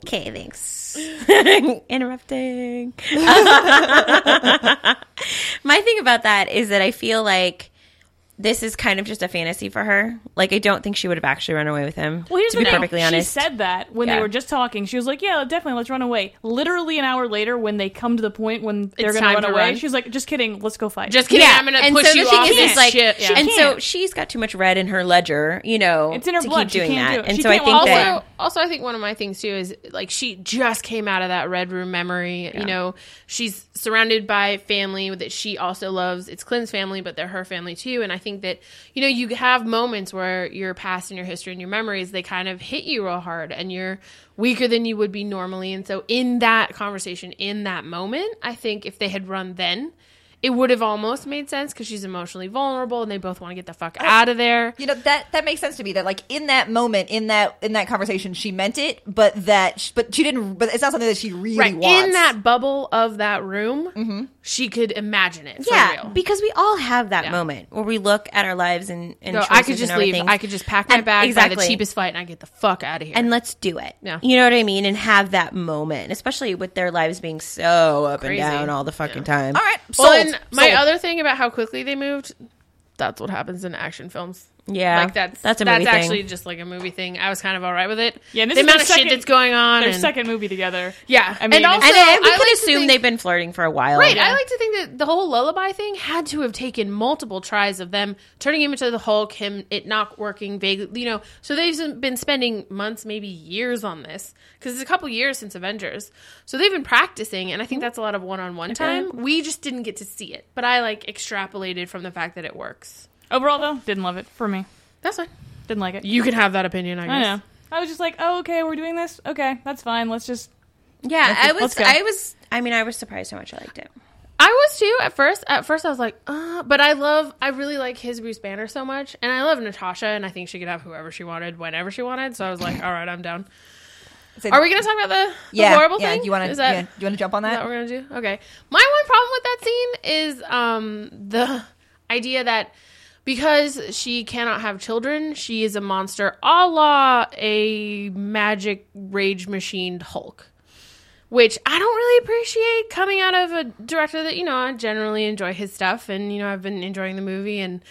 [SPEAKER 4] okay, thanks. Interrupting. My thing about that is that I feel like this is kind of just a fantasy for her. Like I don't think she would have actually run away with him.
[SPEAKER 1] Well, here's
[SPEAKER 4] to
[SPEAKER 1] the
[SPEAKER 4] be
[SPEAKER 1] thing.
[SPEAKER 4] perfectly
[SPEAKER 1] she
[SPEAKER 4] honest.
[SPEAKER 1] said that when
[SPEAKER 4] Yeah.
[SPEAKER 1] they were just talking. She was like, "Yeah, definitely, let's run away." Literally an hour later, when they come to the point when they're
[SPEAKER 2] It's
[SPEAKER 1] going to
[SPEAKER 2] time
[SPEAKER 1] run
[SPEAKER 2] to
[SPEAKER 1] away,
[SPEAKER 2] run.
[SPEAKER 1] she's like, "Just kidding, let's go fight."
[SPEAKER 2] Just kidding. I'm going to
[SPEAKER 4] and
[SPEAKER 2] push
[SPEAKER 4] so
[SPEAKER 2] you
[SPEAKER 4] the thing
[SPEAKER 2] off
[SPEAKER 4] is,
[SPEAKER 2] this
[SPEAKER 4] is like,
[SPEAKER 2] shit.
[SPEAKER 1] she
[SPEAKER 2] Yeah.
[SPEAKER 4] and so
[SPEAKER 1] can't.
[SPEAKER 4] she's got too much red in her ledger, you know,
[SPEAKER 1] It's in her
[SPEAKER 4] to
[SPEAKER 1] blood.
[SPEAKER 4] keep
[SPEAKER 1] She
[SPEAKER 4] doing
[SPEAKER 1] can't
[SPEAKER 4] that.
[SPEAKER 1] do it.
[SPEAKER 4] And
[SPEAKER 1] She
[SPEAKER 4] so I
[SPEAKER 1] can't
[SPEAKER 4] think
[SPEAKER 1] walk
[SPEAKER 4] that
[SPEAKER 1] away.
[SPEAKER 2] also, also, I think one of my things too is like she just came out of that red room memory. You know, she's surrounded by family that she also loves. It's Clint's family, but they're her family too. And I think that you know you have moments where your past and your history and your memories they kind of hit you real hard, and you're weaker than you would be normally. And so in that conversation, in that moment, I think if they had run then. It would have almost made sense because she's emotionally vulnerable and they both want to get the fuck out of there.
[SPEAKER 3] you know that that makes sense to me that like in that moment in that in that conversation she meant it but that sh but she didn't but it's not something that she really
[SPEAKER 2] right
[SPEAKER 3] wants
[SPEAKER 2] in that bubble of that room she could imagine it for
[SPEAKER 4] Mm-hmm. yeah,
[SPEAKER 2] real.
[SPEAKER 4] because we all have that
[SPEAKER 2] Yeah.
[SPEAKER 4] moment where we look at our lives and, and
[SPEAKER 2] so I
[SPEAKER 4] choices
[SPEAKER 2] could just
[SPEAKER 4] and
[SPEAKER 2] leave.
[SPEAKER 4] everything.
[SPEAKER 2] I could just pack my
[SPEAKER 4] And-
[SPEAKER 2] bag, buy
[SPEAKER 4] exactly.
[SPEAKER 2] the cheapest flight, and I get the fuck out of here.
[SPEAKER 4] and let's do it.
[SPEAKER 2] Yeah.
[SPEAKER 4] You know what I mean? And have that moment, especially with their lives being so up
[SPEAKER 2] Crazy.
[SPEAKER 4] and down all the fucking time.
[SPEAKER 3] all right sold,
[SPEAKER 2] well, and my
[SPEAKER 3] sold.
[SPEAKER 2] other thing about how quickly they moved, that's what happens in action films.
[SPEAKER 4] Yeah.
[SPEAKER 2] like that's
[SPEAKER 4] That's
[SPEAKER 2] that's,
[SPEAKER 4] a movie thing.
[SPEAKER 2] actually just like a movie thing. I was kind of all right with it.
[SPEAKER 1] Yeah, and this
[SPEAKER 2] the
[SPEAKER 1] is
[SPEAKER 2] amount
[SPEAKER 1] their
[SPEAKER 2] of
[SPEAKER 1] second-
[SPEAKER 2] shit that's going on.
[SPEAKER 1] their
[SPEAKER 2] and-
[SPEAKER 1] second movie together.
[SPEAKER 2] yeah,
[SPEAKER 1] I mean, it's-
[SPEAKER 2] and also
[SPEAKER 4] And then we
[SPEAKER 2] I like
[SPEAKER 4] can
[SPEAKER 2] to
[SPEAKER 4] assume
[SPEAKER 2] think-
[SPEAKER 4] they've been flirting for a while.
[SPEAKER 2] Right. I like to think that the whole lullaby thing had to have taken multiple tries of them turning him into the Hulk, him it not working vaguely, you know. So they've been spending months, maybe years on this because it's a couple years since Avengers. So they've been practicing, and I think that's a lot of one-on-one time. We just didn't get to see it, but I like extrapolated from the fact that it works.
[SPEAKER 1] Overall, though, didn't love it for me.
[SPEAKER 2] That's fine.
[SPEAKER 1] Didn't like it.
[SPEAKER 2] You can have that opinion, I guess.
[SPEAKER 1] I know. I was just like, "Oh, okay, we're doing this. Okay, that's fine. Let's just."
[SPEAKER 4] Yeah,
[SPEAKER 1] Let's-
[SPEAKER 4] I
[SPEAKER 1] let's
[SPEAKER 4] was.
[SPEAKER 1] go.
[SPEAKER 4] I was. I mean, I was surprised how much I liked it.
[SPEAKER 2] I was too at first. At first, I was like, uh, but I love, I really like his Bruce Banner so much. And I love Natasha, and I think she could have whoever she wanted, whenever she wanted. So I was like, all right, I'm down. Are we going to talk about the, the
[SPEAKER 3] yeah,
[SPEAKER 2] horrible
[SPEAKER 3] yeah.
[SPEAKER 2] thing?
[SPEAKER 3] you want to
[SPEAKER 2] Is that,
[SPEAKER 3] yeah.
[SPEAKER 2] is
[SPEAKER 3] you want to jump on
[SPEAKER 2] that what
[SPEAKER 3] that
[SPEAKER 2] we're going to do? Okay. My one problem with that scene is um, the idea that because she cannot have children, she is a monster a la a magic rage machined Hulk which I don't really appreciate coming out of a director that you know I generally enjoy his stuff, and you know I've been enjoying the movie, and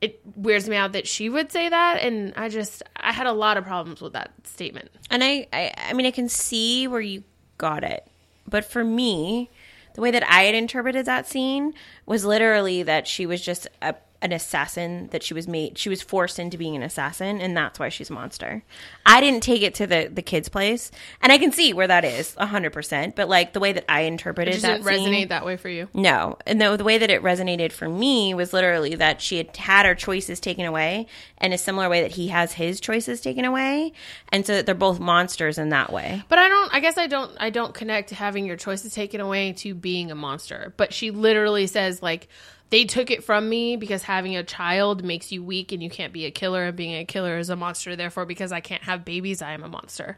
[SPEAKER 2] it weirds me out that she would say that, and I just I had a lot of problems with that statement.
[SPEAKER 4] And I, I. I mean, I can see where you got it, but for me, the way that I had interpreted that scene was literally that she was just a, an assassin. That she was made. She was forced into being an assassin, and that's why she's a monster. I didn't take it to the the kid's place, and I can see where that is hundred percent. But like the way that I interpreted
[SPEAKER 2] It just
[SPEAKER 4] that
[SPEAKER 2] didn't
[SPEAKER 4] scene-
[SPEAKER 2] resonate that way for you.
[SPEAKER 4] No. And the, the way that it resonated for me was literally that she had had her choices taken away in a similar way that he has his choices taken away. And so that they're both monsters in that way.
[SPEAKER 2] But I don't. I guess I don't. I don't connect having your choices taken away to being a monster. But she literally says like. They took it from me because having a child makes you weak and you can't be a killer, and being a killer is a monster. Therefore, because I can't have babies, I am a monster,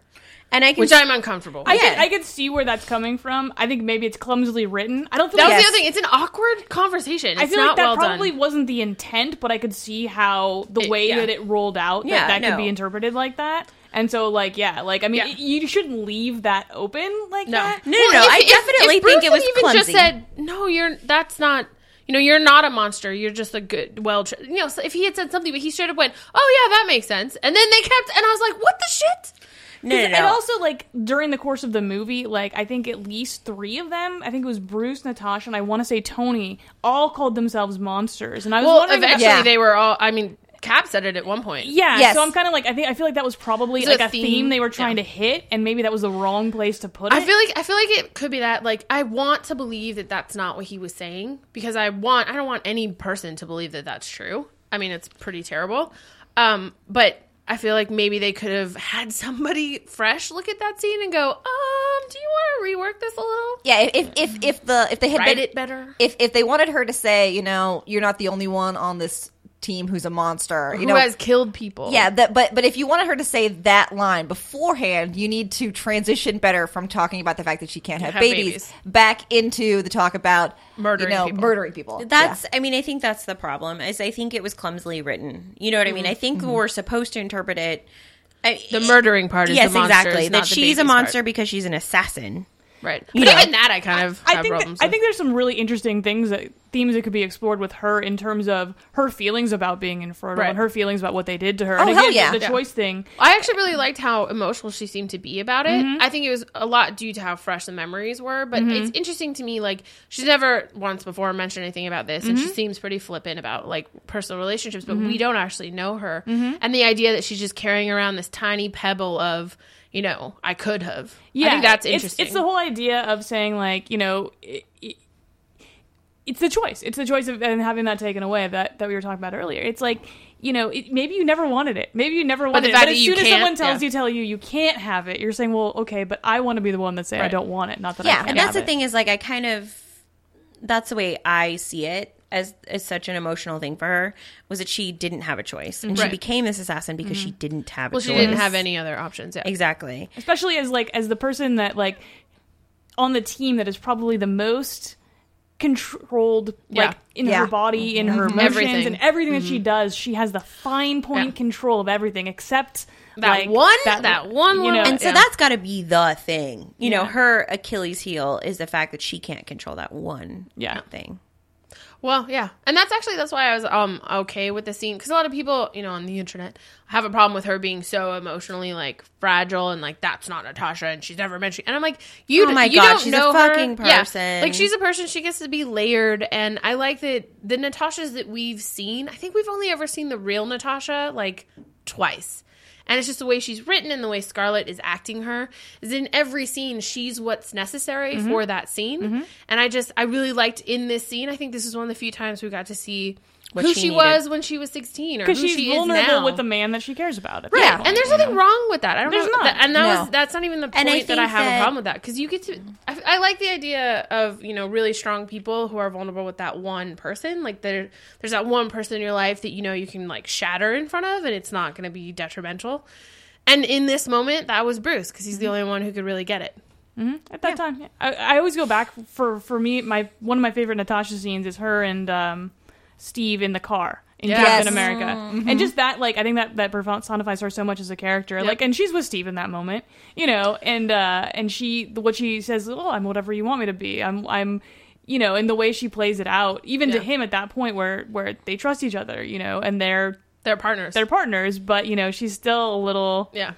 [SPEAKER 4] And I can
[SPEAKER 2] which I'm uncomfortable. with.
[SPEAKER 1] I can, I can see where that's coming from. I think maybe it's clumsily written. I don't feel
[SPEAKER 2] That
[SPEAKER 1] like
[SPEAKER 2] was the other thing. It's an awkward conversation. It's
[SPEAKER 1] I feel
[SPEAKER 2] not
[SPEAKER 1] like that
[SPEAKER 2] well
[SPEAKER 1] probably
[SPEAKER 2] done.
[SPEAKER 1] wasn't the intent, but I could see how the
[SPEAKER 2] It-
[SPEAKER 1] way
[SPEAKER 2] yeah.
[SPEAKER 1] that it rolled out that
[SPEAKER 4] Yeah,
[SPEAKER 1] that
[SPEAKER 4] no.
[SPEAKER 1] could be interpreted like that. And so, like, yeah, like I mean,
[SPEAKER 2] Yeah.
[SPEAKER 1] y- you shouldn't leave that open like that.
[SPEAKER 4] No, no, no, I definitely think it
[SPEAKER 2] Bruce
[SPEAKER 4] was
[SPEAKER 2] had even just
[SPEAKER 4] clumsy.
[SPEAKER 2] said, "No, you're that's not." You know, you're not a monster. You're just a good, well, tr-. you know. So if he had said something, but he straight up went, "Oh yeah, that makes sense," and then they kept, and I was like, "What the shit?"
[SPEAKER 4] No, no, no.
[SPEAKER 1] And also, like during the course of the movie, like I think at least three of them, I think it was Bruce, Natasha, and I want to say Tony, all called themselves monsters. And I was
[SPEAKER 2] Well,
[SPEAKER 1] wondering,
[SPEAKER 2] eventually
[SPEAKER 1] about-
[SPEAKER 3] Yeah.
[SPEAKER 2] they were all. I mean, Cap said it at one point.
[SPEAKER 1] yeah.
[SPEAKER 3] Yes.
[SPEAKER 1] So I'm kind of like, I think I feel like that was probably
[SPEAKER 2] It's a
[SPEAKER 1] like a
[SPEAKER 2] theme.
[SPEAKER 1] theme, they were trying
[SPEAKER 2] Yeah.
[SPEAKER 1] to hit, and maybe that was the wrong place to put it.
[SPEAKER 2] I feel like I feel like it could be that. Like, I want to believe that that's not what he was saying because I want I don't want any person to believe that that's true. I mean, it's pretty terrible. Um, but I feel like maybe they could have had somebody fresh look at that scene and go, um, do you want to rework this a little?
[SPEAKER 3] Yeah, if if if the if they had
[SPEAKER 2] Write
[SPEAKER 3] been,
[SPEAKER 2] it better.
[SPEAKER 3] if if they wanted her to say, you know, you're not the only one on this team who's a monster, you
[SPEAKER 2] Who
[SPEAKER 3] know,
[SPEAKER 2] has killed people?
[SPEAKER 3] yeah, that, but but if you wanted her to say that line beforehand, you need to transition better from talking about the fact that she can't have,
[SPEAKER 2] Have
[SPEAKER 3] babies,
[SPEAKER 2] babies.
[SPEAKER 3] back into the talk about
[SPEAKER 2] Murdering
[SPEAKER 3] you know,
[SPEAKER 2] people.
[SPEAKER 3] murdering people.
[SPEAKER 4] That's. I mean, I think that's the problem. Is I think it was clumsily written. You know what I mean? I think we're supposed to interpret it. I,
[SPEAKER 2] Mm-hmm. the murdering part is
[SPEAKER 4] Yes,
[SPEAKER 2] the monster,
[SPEAKER 4] exactly.
[SPEAKER 2] is not
[SPEAKER 4] That
[SPEAKER 2] the
[SPEAKER 4] she's a
[SPEAKER 2] babies part.
[SPEAKER 4] monster because she's an assassin.
[SPEAKER 2] right?
[SPEAKER 4] You
[SPEAKER 2] But
[SPEAKER 4] know.
[SPEAKER 2] even that, I kind of
[SPEAKER 1] I
[SPEAKER 2] have
[SPEAKER 1] think
[SPEAKER 2] problems
[SPEAKER 1] that, I
[SPEAKER 2] with.
[SPEAKER 1] think there's some really interesting things that themes that could be explored with her in terms of her feelings about being infertile
[SPEAKER 2] Right.
[SPEAKER 1] and her feelings about what they did to her.
[SPEAKER 3] Oh,
[SPEAKER 1] and
[SPEAKER 3] hell
[SPEAKER 1] again,
[SPEAKER 3] yeah.
[SPEAKER 1] the, the
[SPEAKER 3] Yeah.
[SPEAKER 1] choice thing.
[SPEAKER 2] I actually really liked how emotional she seemed to be about it.
[SPEAKER 1] Mm-hmm.
[SPEAKER 2] I think it was a lot due to how fresh the memories were, but it's interesting to me. Like, she's never once before mentioned anything about this, and she
[SPEAKER 1] Mm-hmm.
[SPEAKER 2] seems pretty flippant about like personal relationships, but we don't actually know her.
[SPEAKER 1] Mm-hmm.
[SPEAKER 2] And the idea that she's just carrying around this tiny pebble of, you know, I could have. Yeah, I think that's
[SPEAKER 1] it's-
[SPEAKER 2] interesting.
[SPEAKER 1] It's, the whole idea of saying like you know. It, it, it's the choice. It's the choice of and having that taken away that, that we were talking about earlier. It's like, you know, it, maybe you never wanted it. Maybe you never wanted
[SPEAKER 2] the
[SPEAKER 1] it.
[SPEAKER 2] fact
[SPEAKER 1] But
[SPEAKER 2] that
[SPEAKER 1] as
[SPEAKER 2] you
[SPEAKER 1] soon as
[SPEAKER 2] can't-
[SPEAKER 1] someone tells
[SPEAKER 2] yeah.
[SPEAKER 1] you, tell you, you can't have it, you're saying, well, okay, but I want to be the one that say I
[SPEAKER 2] Right.
[SPEAKER 1] don't want it. Not that I
[SPEAKER 3] Yeah,
[SPEAKER 1] can't
[SPEAKER 4] and that's
[SPEAKER 1] have
[SPEAKER 4] the
[SPEAKER 1] it.
[SPEAKER 4] thing is like I kind of that's the way I see it as as such an emotional thing for her was that she didn't have a choice and she
[SPEAKER 2] Right.
[SPEAKER 4] became this assassin because she didn't have a
[SPEAKER 2] well,
[SPEAKER 4] choice.
[SPEAKER 2] she didn't have any other options. Yeah.
[SPEAKER 4] exactly.
[SPEAKER 1] especially as like as the person that like on the team that is probably the most controlled
[SPEAKER 2] Yeah. Mm-hmm.
[SPEAKER 1] like in
[SPEAKER 3] Yeah.
[SPEAKER 1] her body in her emotions
[SPEAKER 2] Everything. Mm-hmm.
[SPEAKER 1] and everything that she does she has the fine point
[SPEAKER 2] Yeah.
[SPEAKER 1] control of everything except
[SPEAKER 2] That
[SPEAKER 1] like,
[SPEAKER 2] one- that one
[SPEAKER 1] you know
[SPEAKER 2] little-
[SPEAKER 4] And so
[SPEAKER 2] Yeah.
[SPEAKER 4] that's got to be the thing. You know, her Achilles heel is the fact that she can't control that one
[SPEAKER 1] Yeah.
[SPEAKER 4] thing.
[SPEAKER 2] Well, yeah, and that's actually that's why I was um okay with the scene because a lot of people you know on the internet have a problem with her being so emotionally like fragile and like that's not Natasha and she's never mentioned and I'm like you
[SPEAKER 4] Oh my
[SPEAKER 2] you
[SPEAKER 4] God,
[SPEAKER 2] don't
[SPEAKER 4] she's a
[SPEAKER 2] know
[SPEAKER 4] fucking
[SPEAKER 2] her. Yeah.
[SPEAKER 4] person.
[SPEAKER 2] like she's a person she gets to be layered and I like that the Natashas that we've seen I think we've only ever seen the real Natasha like twice and it's just the way she's written and the way Scarlett is acting her is in every scene she's what's necessary for that scene. And I just I really liked in this scene. I think this is one of the few times we got to see
[SPEAKER 4] What
[SPEAKER 2] who
[SPEAKER 4] she
[SPEAKER 2] she,
[SPEAKER 4] needed.
[SPEAKER 2] was when she was 16 or who
[SPEAKER 1] because
[SPEAKER 2] she's
[SPEAKER 1] she's
[SPEAKER 2] she vulnerable is
[SPEAKER 1] vulnerable
[SPEAKER 2] now.
[SPEAKER 1] with the man that she cares about at that
[SPEAKER 2] Right.
[SPEAKER 1] point.
[SPEAKER 2] and there's nothing wrong with that. I don't
[SPEAKER 1] There's
[SPEAKER 2] know.
[SPEAKER 1] not.
[SPEAKER 2] that- and that
[SPEAKER 3] No.
[SPEAKER 2] was that's not even the point
[SPEAKER 4] And I
[SPEAKER 2] that I
[SPEAKER 4] think
[SPEAKER 2] have
[SPEAKER 4] that-
[SPEAKER 2] a problem with that because you get to. I, I like the idea of you know really strong people who are vulnerable with that one person. Like there, there's that one person in your life that you know you can like shatter in front of, and it's not going to be detrimental. And in this moment, that was Bruce because he's the
[SPEAKER 1] Mm-hmm.
[SPEAKER 2] only one who could really get it.
[SPEAKER 1] at that time. yeah. I, I always go back for for me. My one of my favorite Natasha scenes is her and um, Steve in the car in
[SPEAKER 2] Yes. Mm-hmm.
[SPEAKER 1] Captain
[SPEAKER 3] Yes.
[SPEAKER 1] America, and just that like I think that that personifies her so much as a character. Like, and she's with Steve in that moment, you know, and uh, and she what she says, oh, I'm whatever you want me to be. I'm I'm. You know, and the way she plays it out, even
[SPEAKER 2] Yeah.
[SPEAKER 1] to him at that point where where they trust each other, you know, and they're
[SPEAKER 2] They're partners.
[SPEAKER 1] they're partners, but you know, she's still a little
[SPEAKER 2] yeah.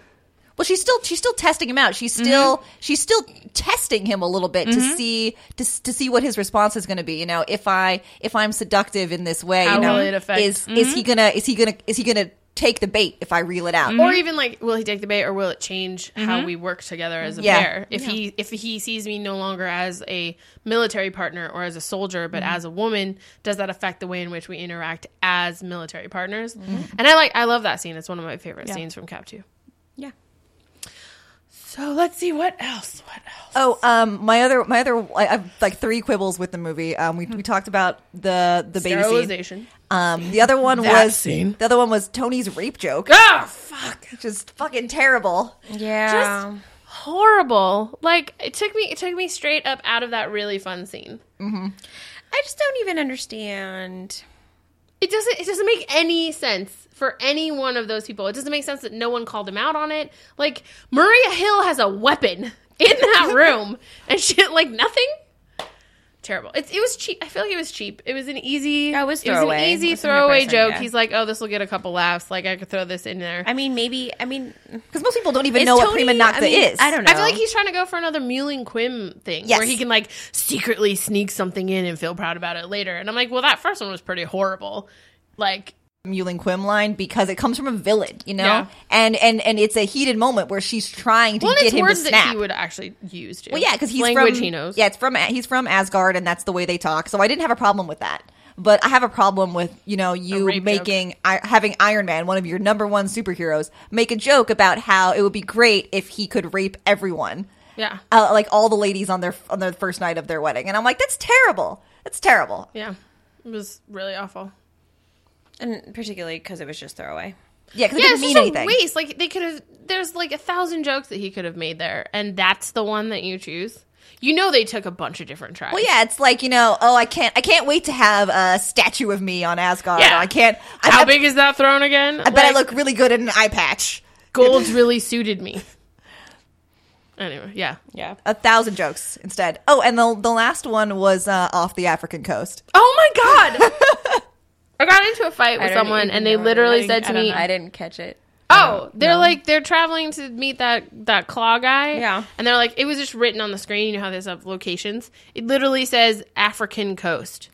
[SPEAKER 3] Well, she's still she's still testing him out. She's
[SPEAKER 4] Mm-hmm.
[SPEAKER 3] still she's still testing him a little bit to see to, s- to see what his response is going to be. You know, if I if I'm seductive in this way,
[SPEAKER 2] How
[SPEAKER 3] you know,
[SPEAKER 2] will it affect-
[SPEAKER 3] is is
[SPEAKER 4] Mm-hmm.
[SPEAKER 3] he gonna is he gonna is he gonna take the bait if I reel it out?
[SPEAKER 2] Or even like, will he take the bait, or will it change how we work together as a
[SPEAKER 3] Mm-hmm. Yeah.
[SPEAKER 2] pair? If he if he sees me no longer as a military partner or as a soldier,
[SPEAKER 3] Mm-hmm.
[SPEAKER 2] but as a woman, does that affect the way in which we interact as military partners?
[SPEAKER 3] Mm-hmm.
[SPEAKER 2] And I like, I love that scene. It's one of my favorite
[SPEAKER 1] Yeah.
[SPEAKER 2] scenes from Cap Two.
[SPEAKER 4] Yeah.
[SPEAKER 2] So let's see what else. What else?
[SPEAKER 3] Oh, um, my other, my other, I have like three quibbles with the movie. Um, we, we talked about the the baby scene.
[SPEAKER 2] Sterilization.
[SPEAKER 3] Um, the other one
[SPEAKER 2] That
[SPEAKER 3] was
[SPEAKER 2] scene.
[SPEAKER 3] the other one was Tony's rape joke,
[SPEAKER 2] Ah, fuck.
[SPEAKER 3] which is fucking terrible.
[SPEAKER 4] Yeah.
[SPEAKER 3] Um,
[SPEAKER 2] Horrible. Like it took me. It took me straight up out of that really fun scene.
[SPEAKER 4] I just don't even understand.
[SPEAKER 2] it doesn't it doesn't make any sense for any one of those people. It doesn't make sense that no one called him out on it. Like Maria Hill has a weapon in that room and shit like nothing. terrible. It's it was cheap. I feel like it was cheap. It was an easy.
[SPEAKER 4] Yeah, it was
[SPEAKER 2] an
[SPEAKER 4] throwaway.
[SPEAKER 2] easy
[SPEAKER 4] It's
[SPEAKER 2] throwaway
[SPEAKER 4] 100%,
[SPEAKER 2] joke.
[SPEAKER 4] yeah.
[SPEAKER 2] He's like, oh, this will get a couple laughs. Like I could throw this in there.
[SPEAKER 4] I mean, maybe. I mean,
[SPEAKER 3] Because most people don't even
[SPEAKER 4] Is
[SPEAKER 3] know what
[SPEAKER 4] Tony-
[SPEAKER 3] prima nocta
[SPEAKER 4] I mean,
[SPEAKER 3] is.
[SPEAKER 4] I don't know.
[SPEAKER 2] I feel like he's trying to go for another Mewling Quim thing
[SPEAKER 3] Yes.
[SPEAKER 2] where he can like secretly sneak something in and feel proud about it later. And I'm like, well, that first one was pretty horrible. Like,
[SPEAKER 3] Mewling Quim line because it comes from a villain, you know,
[SPEAKER 2] Yeah.
[SPEAKER 3] and and and it's a heated moment where she's trying to
[SPEAKER 2] well, and
[SPEAKER 3] get
[SPEAKER 2] it's
[SPEAKER 3] him to
[SPEAKER 2] words that
[SPEAKER 3] snap.
[SPEAKER 2] he would actually use. Too.
[SPEAKER 3] well, yeah, because he's
[SPEAKER 2] language
[SPEAKER 3] from
[SPEAKER 2] he knows.
[SPEAKER 3] Yeah, it's from he's from Asgard, and that's the way they talk. So I didn't have a problem with that, but I have a problem with you know you
[SPEAKER 2] rape
[SPEAKER 3] making I, having Iron Man, one of your number one superheroes, make a joke about how it would be great if he could rape everyone.
[SPEAKER 2] yeah,
[SPEAKER 3] uh, like all the ladies on their on their first night of their wedding, and I'm like, that's terrible. That's terrible.
[SPEAKER 2] yeah. It was really awful.
[SPEAKER 4] and particularly because it was just throwaway.
[SPEAKER 3] Yeah, because
[SPEAKER 2] Yeah,
[SPEAKER 3] it
[SPEAKER 2] it's
[SPEAKER 3] didn't mean
[SPEAKER 2] just
[SPEAKER 3] anything.
[SPEAKER 2] a waste. Like they could have. There's like a thousand jokes that he could have made there, and that's the one that you choose. You know, they took a bunch of different tries.
[SPEAKER 3] Well, yeah, it's like you know, oh, I can't, I can't wait to have a statue of me on Asgard.
[SPEAKER 2] Yeah.
[SPEAKER 3] I can't. I,
[SPEAKER 2] How
[SPEAKER 3] I-
[SPEAKER 2] big is that throne again?
[SPEAKER 3] I bet I look really good in an eye patch.
[SPEAKER 2] Gold's really suited me. Anyway, yeah.
[SPEAKER 4] Yeah.
[SPEAKER 3] A thousand jokes instead. Oh, and the the last one was uh, off the African coast.
[SPEAKER 2] Oh my god! I got into a fight with
[SPEAKER 4] I don't
[SPEAKER 2] someone,
[SPEAKER 4] even
[SPEAKER 2] and they
[SPEAKER 4] know.
[SPEAKER 2] literally
[SPEAKER 4] I
[SPEAKER 2] said to
[SPEAKER 4] don't
[SPEAKER 2] me,
[SPEAKER 4] know. I didn't catch it.
[SPEAKER 2] "Oh, they're like they're traveling to meet that that claw guy."
[SPEAKER 4] Yeah.
[SPEAKER 2] and they're like, it was just written on the screen. You know how there's up locations. It literally says African coast.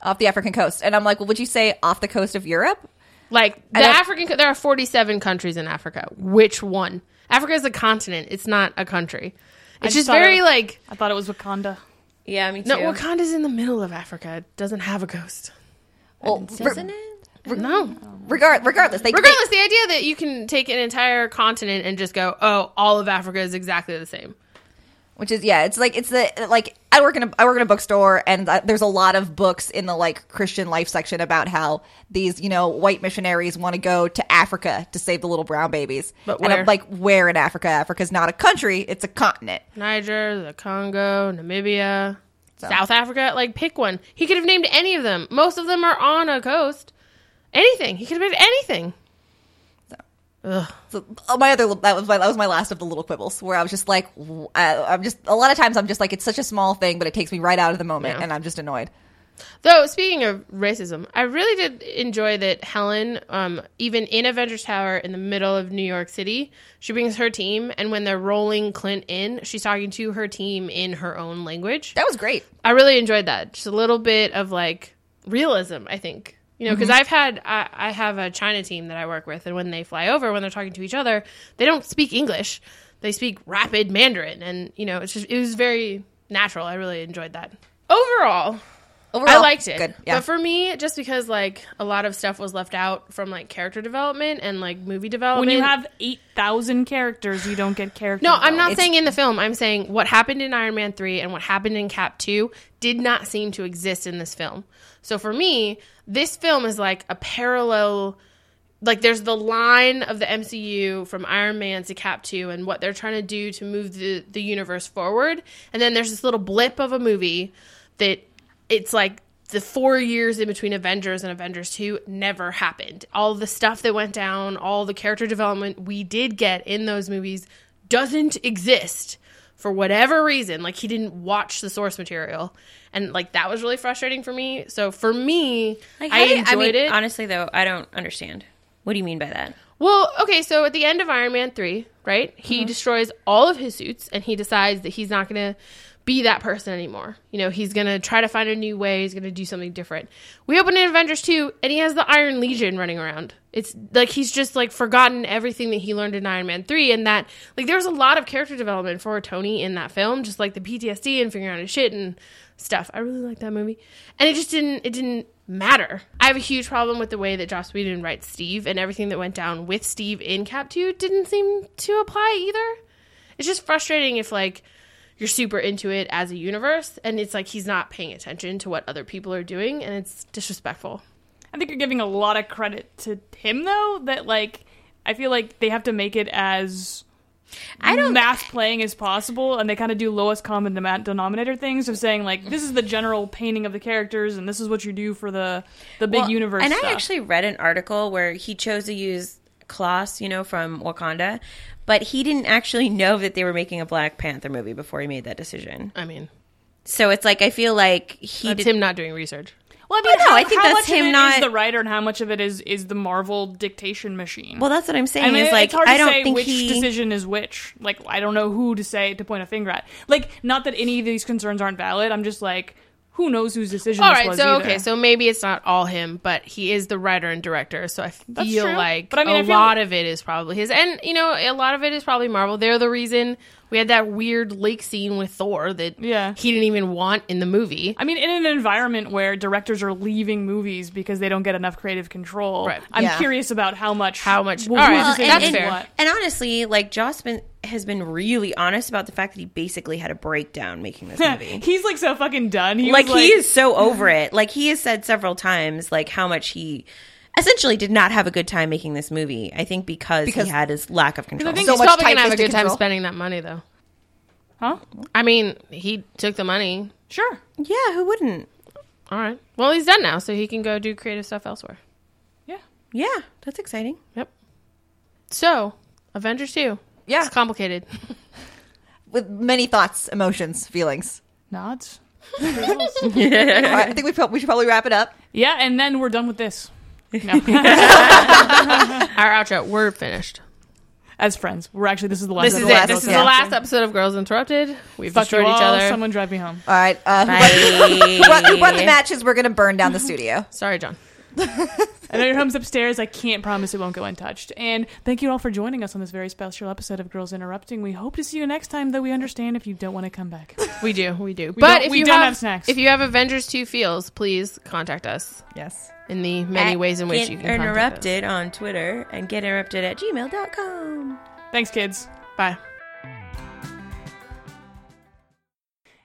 [SPEAKER 3] Off the African coast, and I'm like, well, would you say off the coast of Europe?
[SPEAKER 2] Like the
[SPEAKER 3] don't-
[SPEAKER 2] African, co- there are 47 countries in Africa. Which one? Africa is a continent. It's not a country.
[SPEAKER 1] just
[SPEAKER 2] It's just
[SPEAKER 1] thought
[SPEAKER 2] very
[SPEAKER 1] it-
[SPEAKER 2] like
[SPEAKER 1] I thought it was Wakanda.
[SPEAKER 4] Yeah, me too.
[SPEAKER 2] no. Wakanda's in the middle of Africa. It doesn't have a coast.
[SPEAKER 3] Well,
[SPEAKER 4] Isn't it?
[SPEAKER 2] No.
[SPEAKER 3] regard regardless, they,
[SPEAKER 2] Regardless, the idea that you can take an entire continent and just go, oh, all of Africa is exactly the same.
[SPEAKER 3] which is yeah it's like it's the like i work in a i work in a bookstore and uh, there's a lot of books in the like christian life section about how these you know white missionaries want to go to africa to save the little brown babies
[SPEAKER 2] But
[SPEAKER 3] and
[SPEAKER 2] where?
[SPEAKER 3] i'm like where in africa africa's not a country it's a continent
[SPEAKER 2] Niger, the Congo, Namibia, South Africa. Like, pick one. He could have named any of them. Most of them are on a coast. Anything. He could have named anything.
[SPEAKER 3] so oh, my other that was my that was my last of the little quibbles where i was just like w- I, i'm just a lot of times i'm just like it's such a small thing but it takes me right out of the moment
[SPEAKER 2] Yeah.
[SPEAKER 3] and i'm just annoyed
[SPEAKER 2] Though speaking of racism, I really did enjoy that Helen, um, even in Avengers Tower in the middle of New York City, she brings her team, and when they're rolling Clint in, she's talking to her team in her own language.
[SPEAKER 3] that was great
[SPEAKER 2] I really enjoyed that. Just a little bit of like realism, I think. You know, because
[SPEAKER 3] Mm-hmm.
[SPEAKER 2] I've had I, I have a China team that I work with, and when they fly over, when they're talking to each other, they don't speak English; they speak rapid Mandarin, and you know, it's just it was very natural. I really enjoyed that. Overall,
[SPEAKER 3] Overall,
[SPEAKER 2] I liked it.
[SPEAKER 3] good yeah
[SPEAKER 2] But for me, just because like a lot of stuff was left out from like character development and like movie development.
[SPEAKER 1] When you have eight thousand characters, you don't get character.
[SPEAKER 2] No, I'm not
[SPEAKER 3] It's-
[SPEAKER 2] saying in the film. I'm saying what happened in Iron Man 3 and what happened in Cap 2 did not seem to exist in this film. So for me, this film is like a parallel like there's the line of the MCU from Iron Man to Cap 2 and what they're trying to do to move the the universe forward. And then there's this little blip of a movie that it's like the four years in between Avengers and Avengers 2 never happened. All the stuff that went down, all the character development we did get in those movies doesn't exist for whatever reason. Like, he didn't watch the source material. And, like, that was really frustrating for me. So, for me,
[SPEAKER 4] Like,
[SPEAKER 2] I
[SPEAKER 4] how do you-
[SPEAKER 2] enjoyed
[SPEAKER 4] mean,
[SPEAKER 2] it.
[SPEAKER 4] Honestly, though, I don't understand. What do you mean by that?
[SPEAKER 2] Well, okay, so at the end of Iron Man 3, right? He destroys all of his suits and he decides that he's not going to be that person anymore. You know, he's going to try to find a new way, he's going to do something different. We open in Avengers 2 and he has the Iron Legion running around. It's like he's just like forgotten everything that he learned in Iron Man 3 and that like there was a lot of character development for Tony in that film, just like the PTSD and figuring out his shit and stuff. I really like that movie. And it just didn't it didn't matter. I have a huge problem with the way that Joss Whedon writes Steve and everything that went down with Steve in Cap 2 didn't seem to apply either. It's just frustrating if like you're super into it as a universe and it's like he's not paying attention to what other people are doing and it's disrespectful.
[SPEAKER 1] I think you're giving a lot of credit to him though. That like, I feel like they have to make it as I don't math playing as possible, and they kind of do lowest common dema- denominator things of saying like, this is the general painting of the characters, and this is what you do for the the big
[SPEAKER 4] Well,
[SPEAKER 1] universe.
[SPEAKER 4] And
[SPEAKER 1] stuff.
[SPEAKER 4] I actually read an article where he chose to use Klaus, you know, from Wakanda, but he didn't actually know that they were making a Black Panther movie before he made that decision.
[SPEAKER 2] I mean,
[SPEAKER 4] So it's like I feel like he
[SPEAKER 2] That's
[SPEAKER 4] did-
[SPEAKER 2] him not doing research.
[SPEAKER 1] Well, I mean,
[SPEAKER 4] no,
[SPEAKER 1] how,
[SPEAKER 4] I think
[SPEAKER 1] how much
[SPEAKER 4] that's
[SPEAKER 1] of
[SPEAKER 4] him
[SPEAKER 1] it is
[SPEAKER 4] not-
[SPEAKER 1] the writer, and how much of it is is the Marvel dictation machine.
[SPEAKER 4] Well, that's what I'm saying.
[SPEAKER 1] I mean,
[SPEAKER 4] is like
[SPEAKER 1] it's hard to
[SPEAKER 4] I don't
[SPEAKER 1] say
[SPEAKER 4] think
[SPEAKER 1] which
[SPEAKER 4] he.
[SPEAKER 1] decision is which. Like, I don't know who to say to point a finger at. Like, not that any of these concerns aren't valid. I'm just like, who knows whose decision?
[SPEAKER 2] All
[SPEAKER 1] this
[SPEAKER 2] right,
[SPEAKER 1] was
[SPEAKER 2] so
[SPEAKER 1] either.
[SPEAKER 2] okay, so maybe it's not all him, but he is the writer and director. So I feel
[SPEAKER 1] true.
[SPEAKER 2] like
[SPEAKER 1] But I mean,
[SPEAKER 2] a
[SPEAKER 1] I feel-
[SPEAKER 2] lot of it is probably his, and you know, a lot of it is probably Marvel. They're the reason we had that weird lake scene with Thor that
[SPEAKER 1] Yeah.
[SPEAKER 2] he didn't even want in the movie.
[SPEAKER 1] I mean, in an environment where directors are leaving movies because they don't get enough creative control,
[SPEAKER 2] Right.
[SPEAKER 1] I'm
[SPEAKER 3] Yeah.
[SPEAKER 1] curious about how much
[SPEAKER 2] How much-
[SPEAKER 1] well,
[SPEAKER 2] all
[SPEAKER 1] whose
[SPEAKER 2] right,
[SPEAKER 4] Well,
[SPEAKER 1] decision
[SPEAKER 2] that's
[SPEAKER 1] is
[SPEAKER 4] and,
[SPEAKER 2] fair.
[SPEAKER 1] what.
[SPEAKER 4] and, and honestly, like Joss been, has been really honest about the fact that he basically had a breakdown making this movie.
[SPEAKER 1] He's like so fucking done. He
[SPEAKER 4] like,
[SPEAKER 1] was like
[SPEAKER 4] he is so over it. Like he has said several times, like how much he essentially did not have a good time making this movie. I think because,
[SPEAKER 3] Because-
[SPEAKER 4] he had his lack of control.
[SPEAKER 2] I think
[SPEAKER 3] So
[SPEAKER 2] he's
[SPEAKER 3] much
[SPEAKER 2] probably gonna have a
[SPEAKER 3] typist
[SPEAKER 2] good time
[SPEAKER 3] control.
[SPEAKER 2] spending that money, though.
[SPEAKER 1] Huh?
[SPEAKER 2] I mean, he took the money.
[SPEAKER 1] Sure.
[SPEAKER 4] yeah, who wouldn't?
[SPEAKER 2] All right. Well, he's done now, so he can go do creative stuff elsewhere.
[SPEAKER 1] Yeah.
[SPEAKER 4] Yeah, that's exciting.
[SPEAKER 2] So, Avengers Two.
[SPEAKER 3] Yeah.
[SPEAKER 2] It's complicated.
[SPEAKER 3] with many thoughts, emotions, feelings.
[SPEAKER 1] Nods.
[SPEAKER 3] All right, I think we, prob- we should probably wrap it up.
[SPEAKER 1] Yeah, and then we're done with this. No.
[SPEAKER 2] Our outro. We're finished.
[SPEAKER 1] As friends, we're actually this is the last.
[SPEAKER 2] This is
[SPEAKER 1] episode.
[SPEAKER 2] it. This is
[SPEAKER 3] Yeah.
[SPEAKER 2] the last episode of Girls Interrupted. We've
[SPEAKER 1] Fuck you
[SPEAKER 2] destroyed each
[SPEAKER 1] all,
[SPEAKER 2] other.
[SPEAKER 1] Someone drive me home.
[SPEAKER 3] All right, uh, who brought- who brought, who brought the matches? We're gonna burn down the studio.
[SPEAKER 2] Sorry, John.
[SPEAKER 1] I know your home's upstairs. I can't promise it won't go untouched. And thank you all for joining us on this very special episode of Girls Interrupting. We hope to see you next time, though we understand if you don't want to come back.
[SPEAKER 2] We do, we do.
[SPEAKER 1] don't-
[SPEAKER 2] but if
[SPEAKER 1] we
[SPEAKER 2] you
[SPEAKER 1] don't
[SPEAKER 2] have,
[SPEAKER 1] have snacks.
[SPEAKER 2] if you have Avengers Two feels, please contact us
[SPEAKER 3] Yes.
[SPEAKER 2] in the many
[SPEAKER 4] At
[SPEAKER 2] ways in which
[SPEAKER 4] Get
[SPEAKER 2] you can contact us.
[SPEAKER 4] interrupted on Twitter and get interrupted at gmail.com.
[SPEAKER 1] Thanks, kids.
[SPEAKER 2] Bye.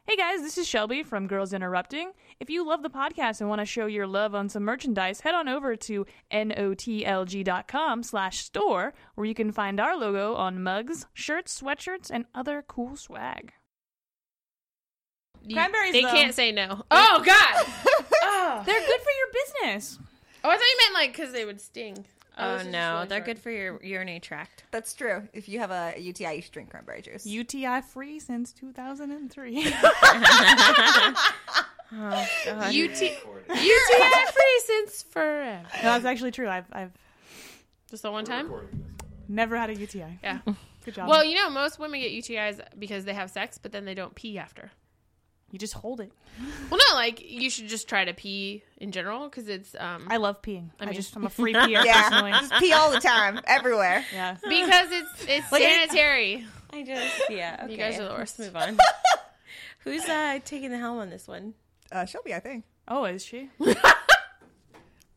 [SPEAKER 1] Hey guys, this is Shelby from Girls Interrupting. If you love the podcast and want to show your love on some merchandise, head on over to notlg.com slash store where you can find our logo on mugs, shirts, sweatshirts, and other cool swag.
[SPEAKER 2] You-
[SPEAKER 1] Cranberries,
[SPEAKER 2] They
[SPEAKER 1] though.
[SPEAKER 2] can't say no. Oh God. oh.
[SPEAKER 1] They're good for your business.
[SPEAKER 2] oh, I thought you meant like because they would sting.
[SPEAKER 4] Oh,
[SPEAKER 2] this is
[SPEAKER 4] no,
[SPEAKER 2] really
[SPEAKER 4] they're
[SPEAKER 2] short.
[SPEAKER 4] good for your urinary tract.
[SPEAKER 3] That's true. If you have a UTI, you should drink cranberry juice.
[SPEAKER 1] UTI free since 2003.
[SPEAKER 2] UT
[SPEAKER 5] Recorded.
[SPEAKER 2] UTI free since forever.
[SPEAKER 1] that's actually true. I've, I've
[SPEAKER 2] Just the one time.
[SPEAKER 5] Recorded.
[SPEAKER 1] never had a UTI.
[SPEAKER 2] Yeah.
[SPEAKER 1] Good job.
[SPEAKER 2] Well, you know, most women get UTIs because they have sex, but then they don't pee after.
[SPEAKER 1] you just hold it.
[SPEAKER 2] Well, no, like you should just try to pee in general because it's um
[SPEAKER 1] I love peeing. I,
[SPEAKER 2] mean-
[SPEAKER 1] just I'm a free peer
[SPEAKER 3] Yeah.
[SPEAKER 1] personally.
[SPEAKER 3] Pee all the time, everywhere.
[SPEAKER 1] Yeah.
[SPEAKER 2] because it's it's
[SPEAKER 3] Like, I-
[SPEAKER 2] sanitary.
[SPEAKER 4] I just, yeah. Okay.
[SPEAKER 2] You guys are the worst.
[SPEAKER 4] Let's move on. Who's uh, taking the helm on this one?
[SPEAKER 3] Uh, Shelby, I think.
[SPEAKER 1] Oh, is she?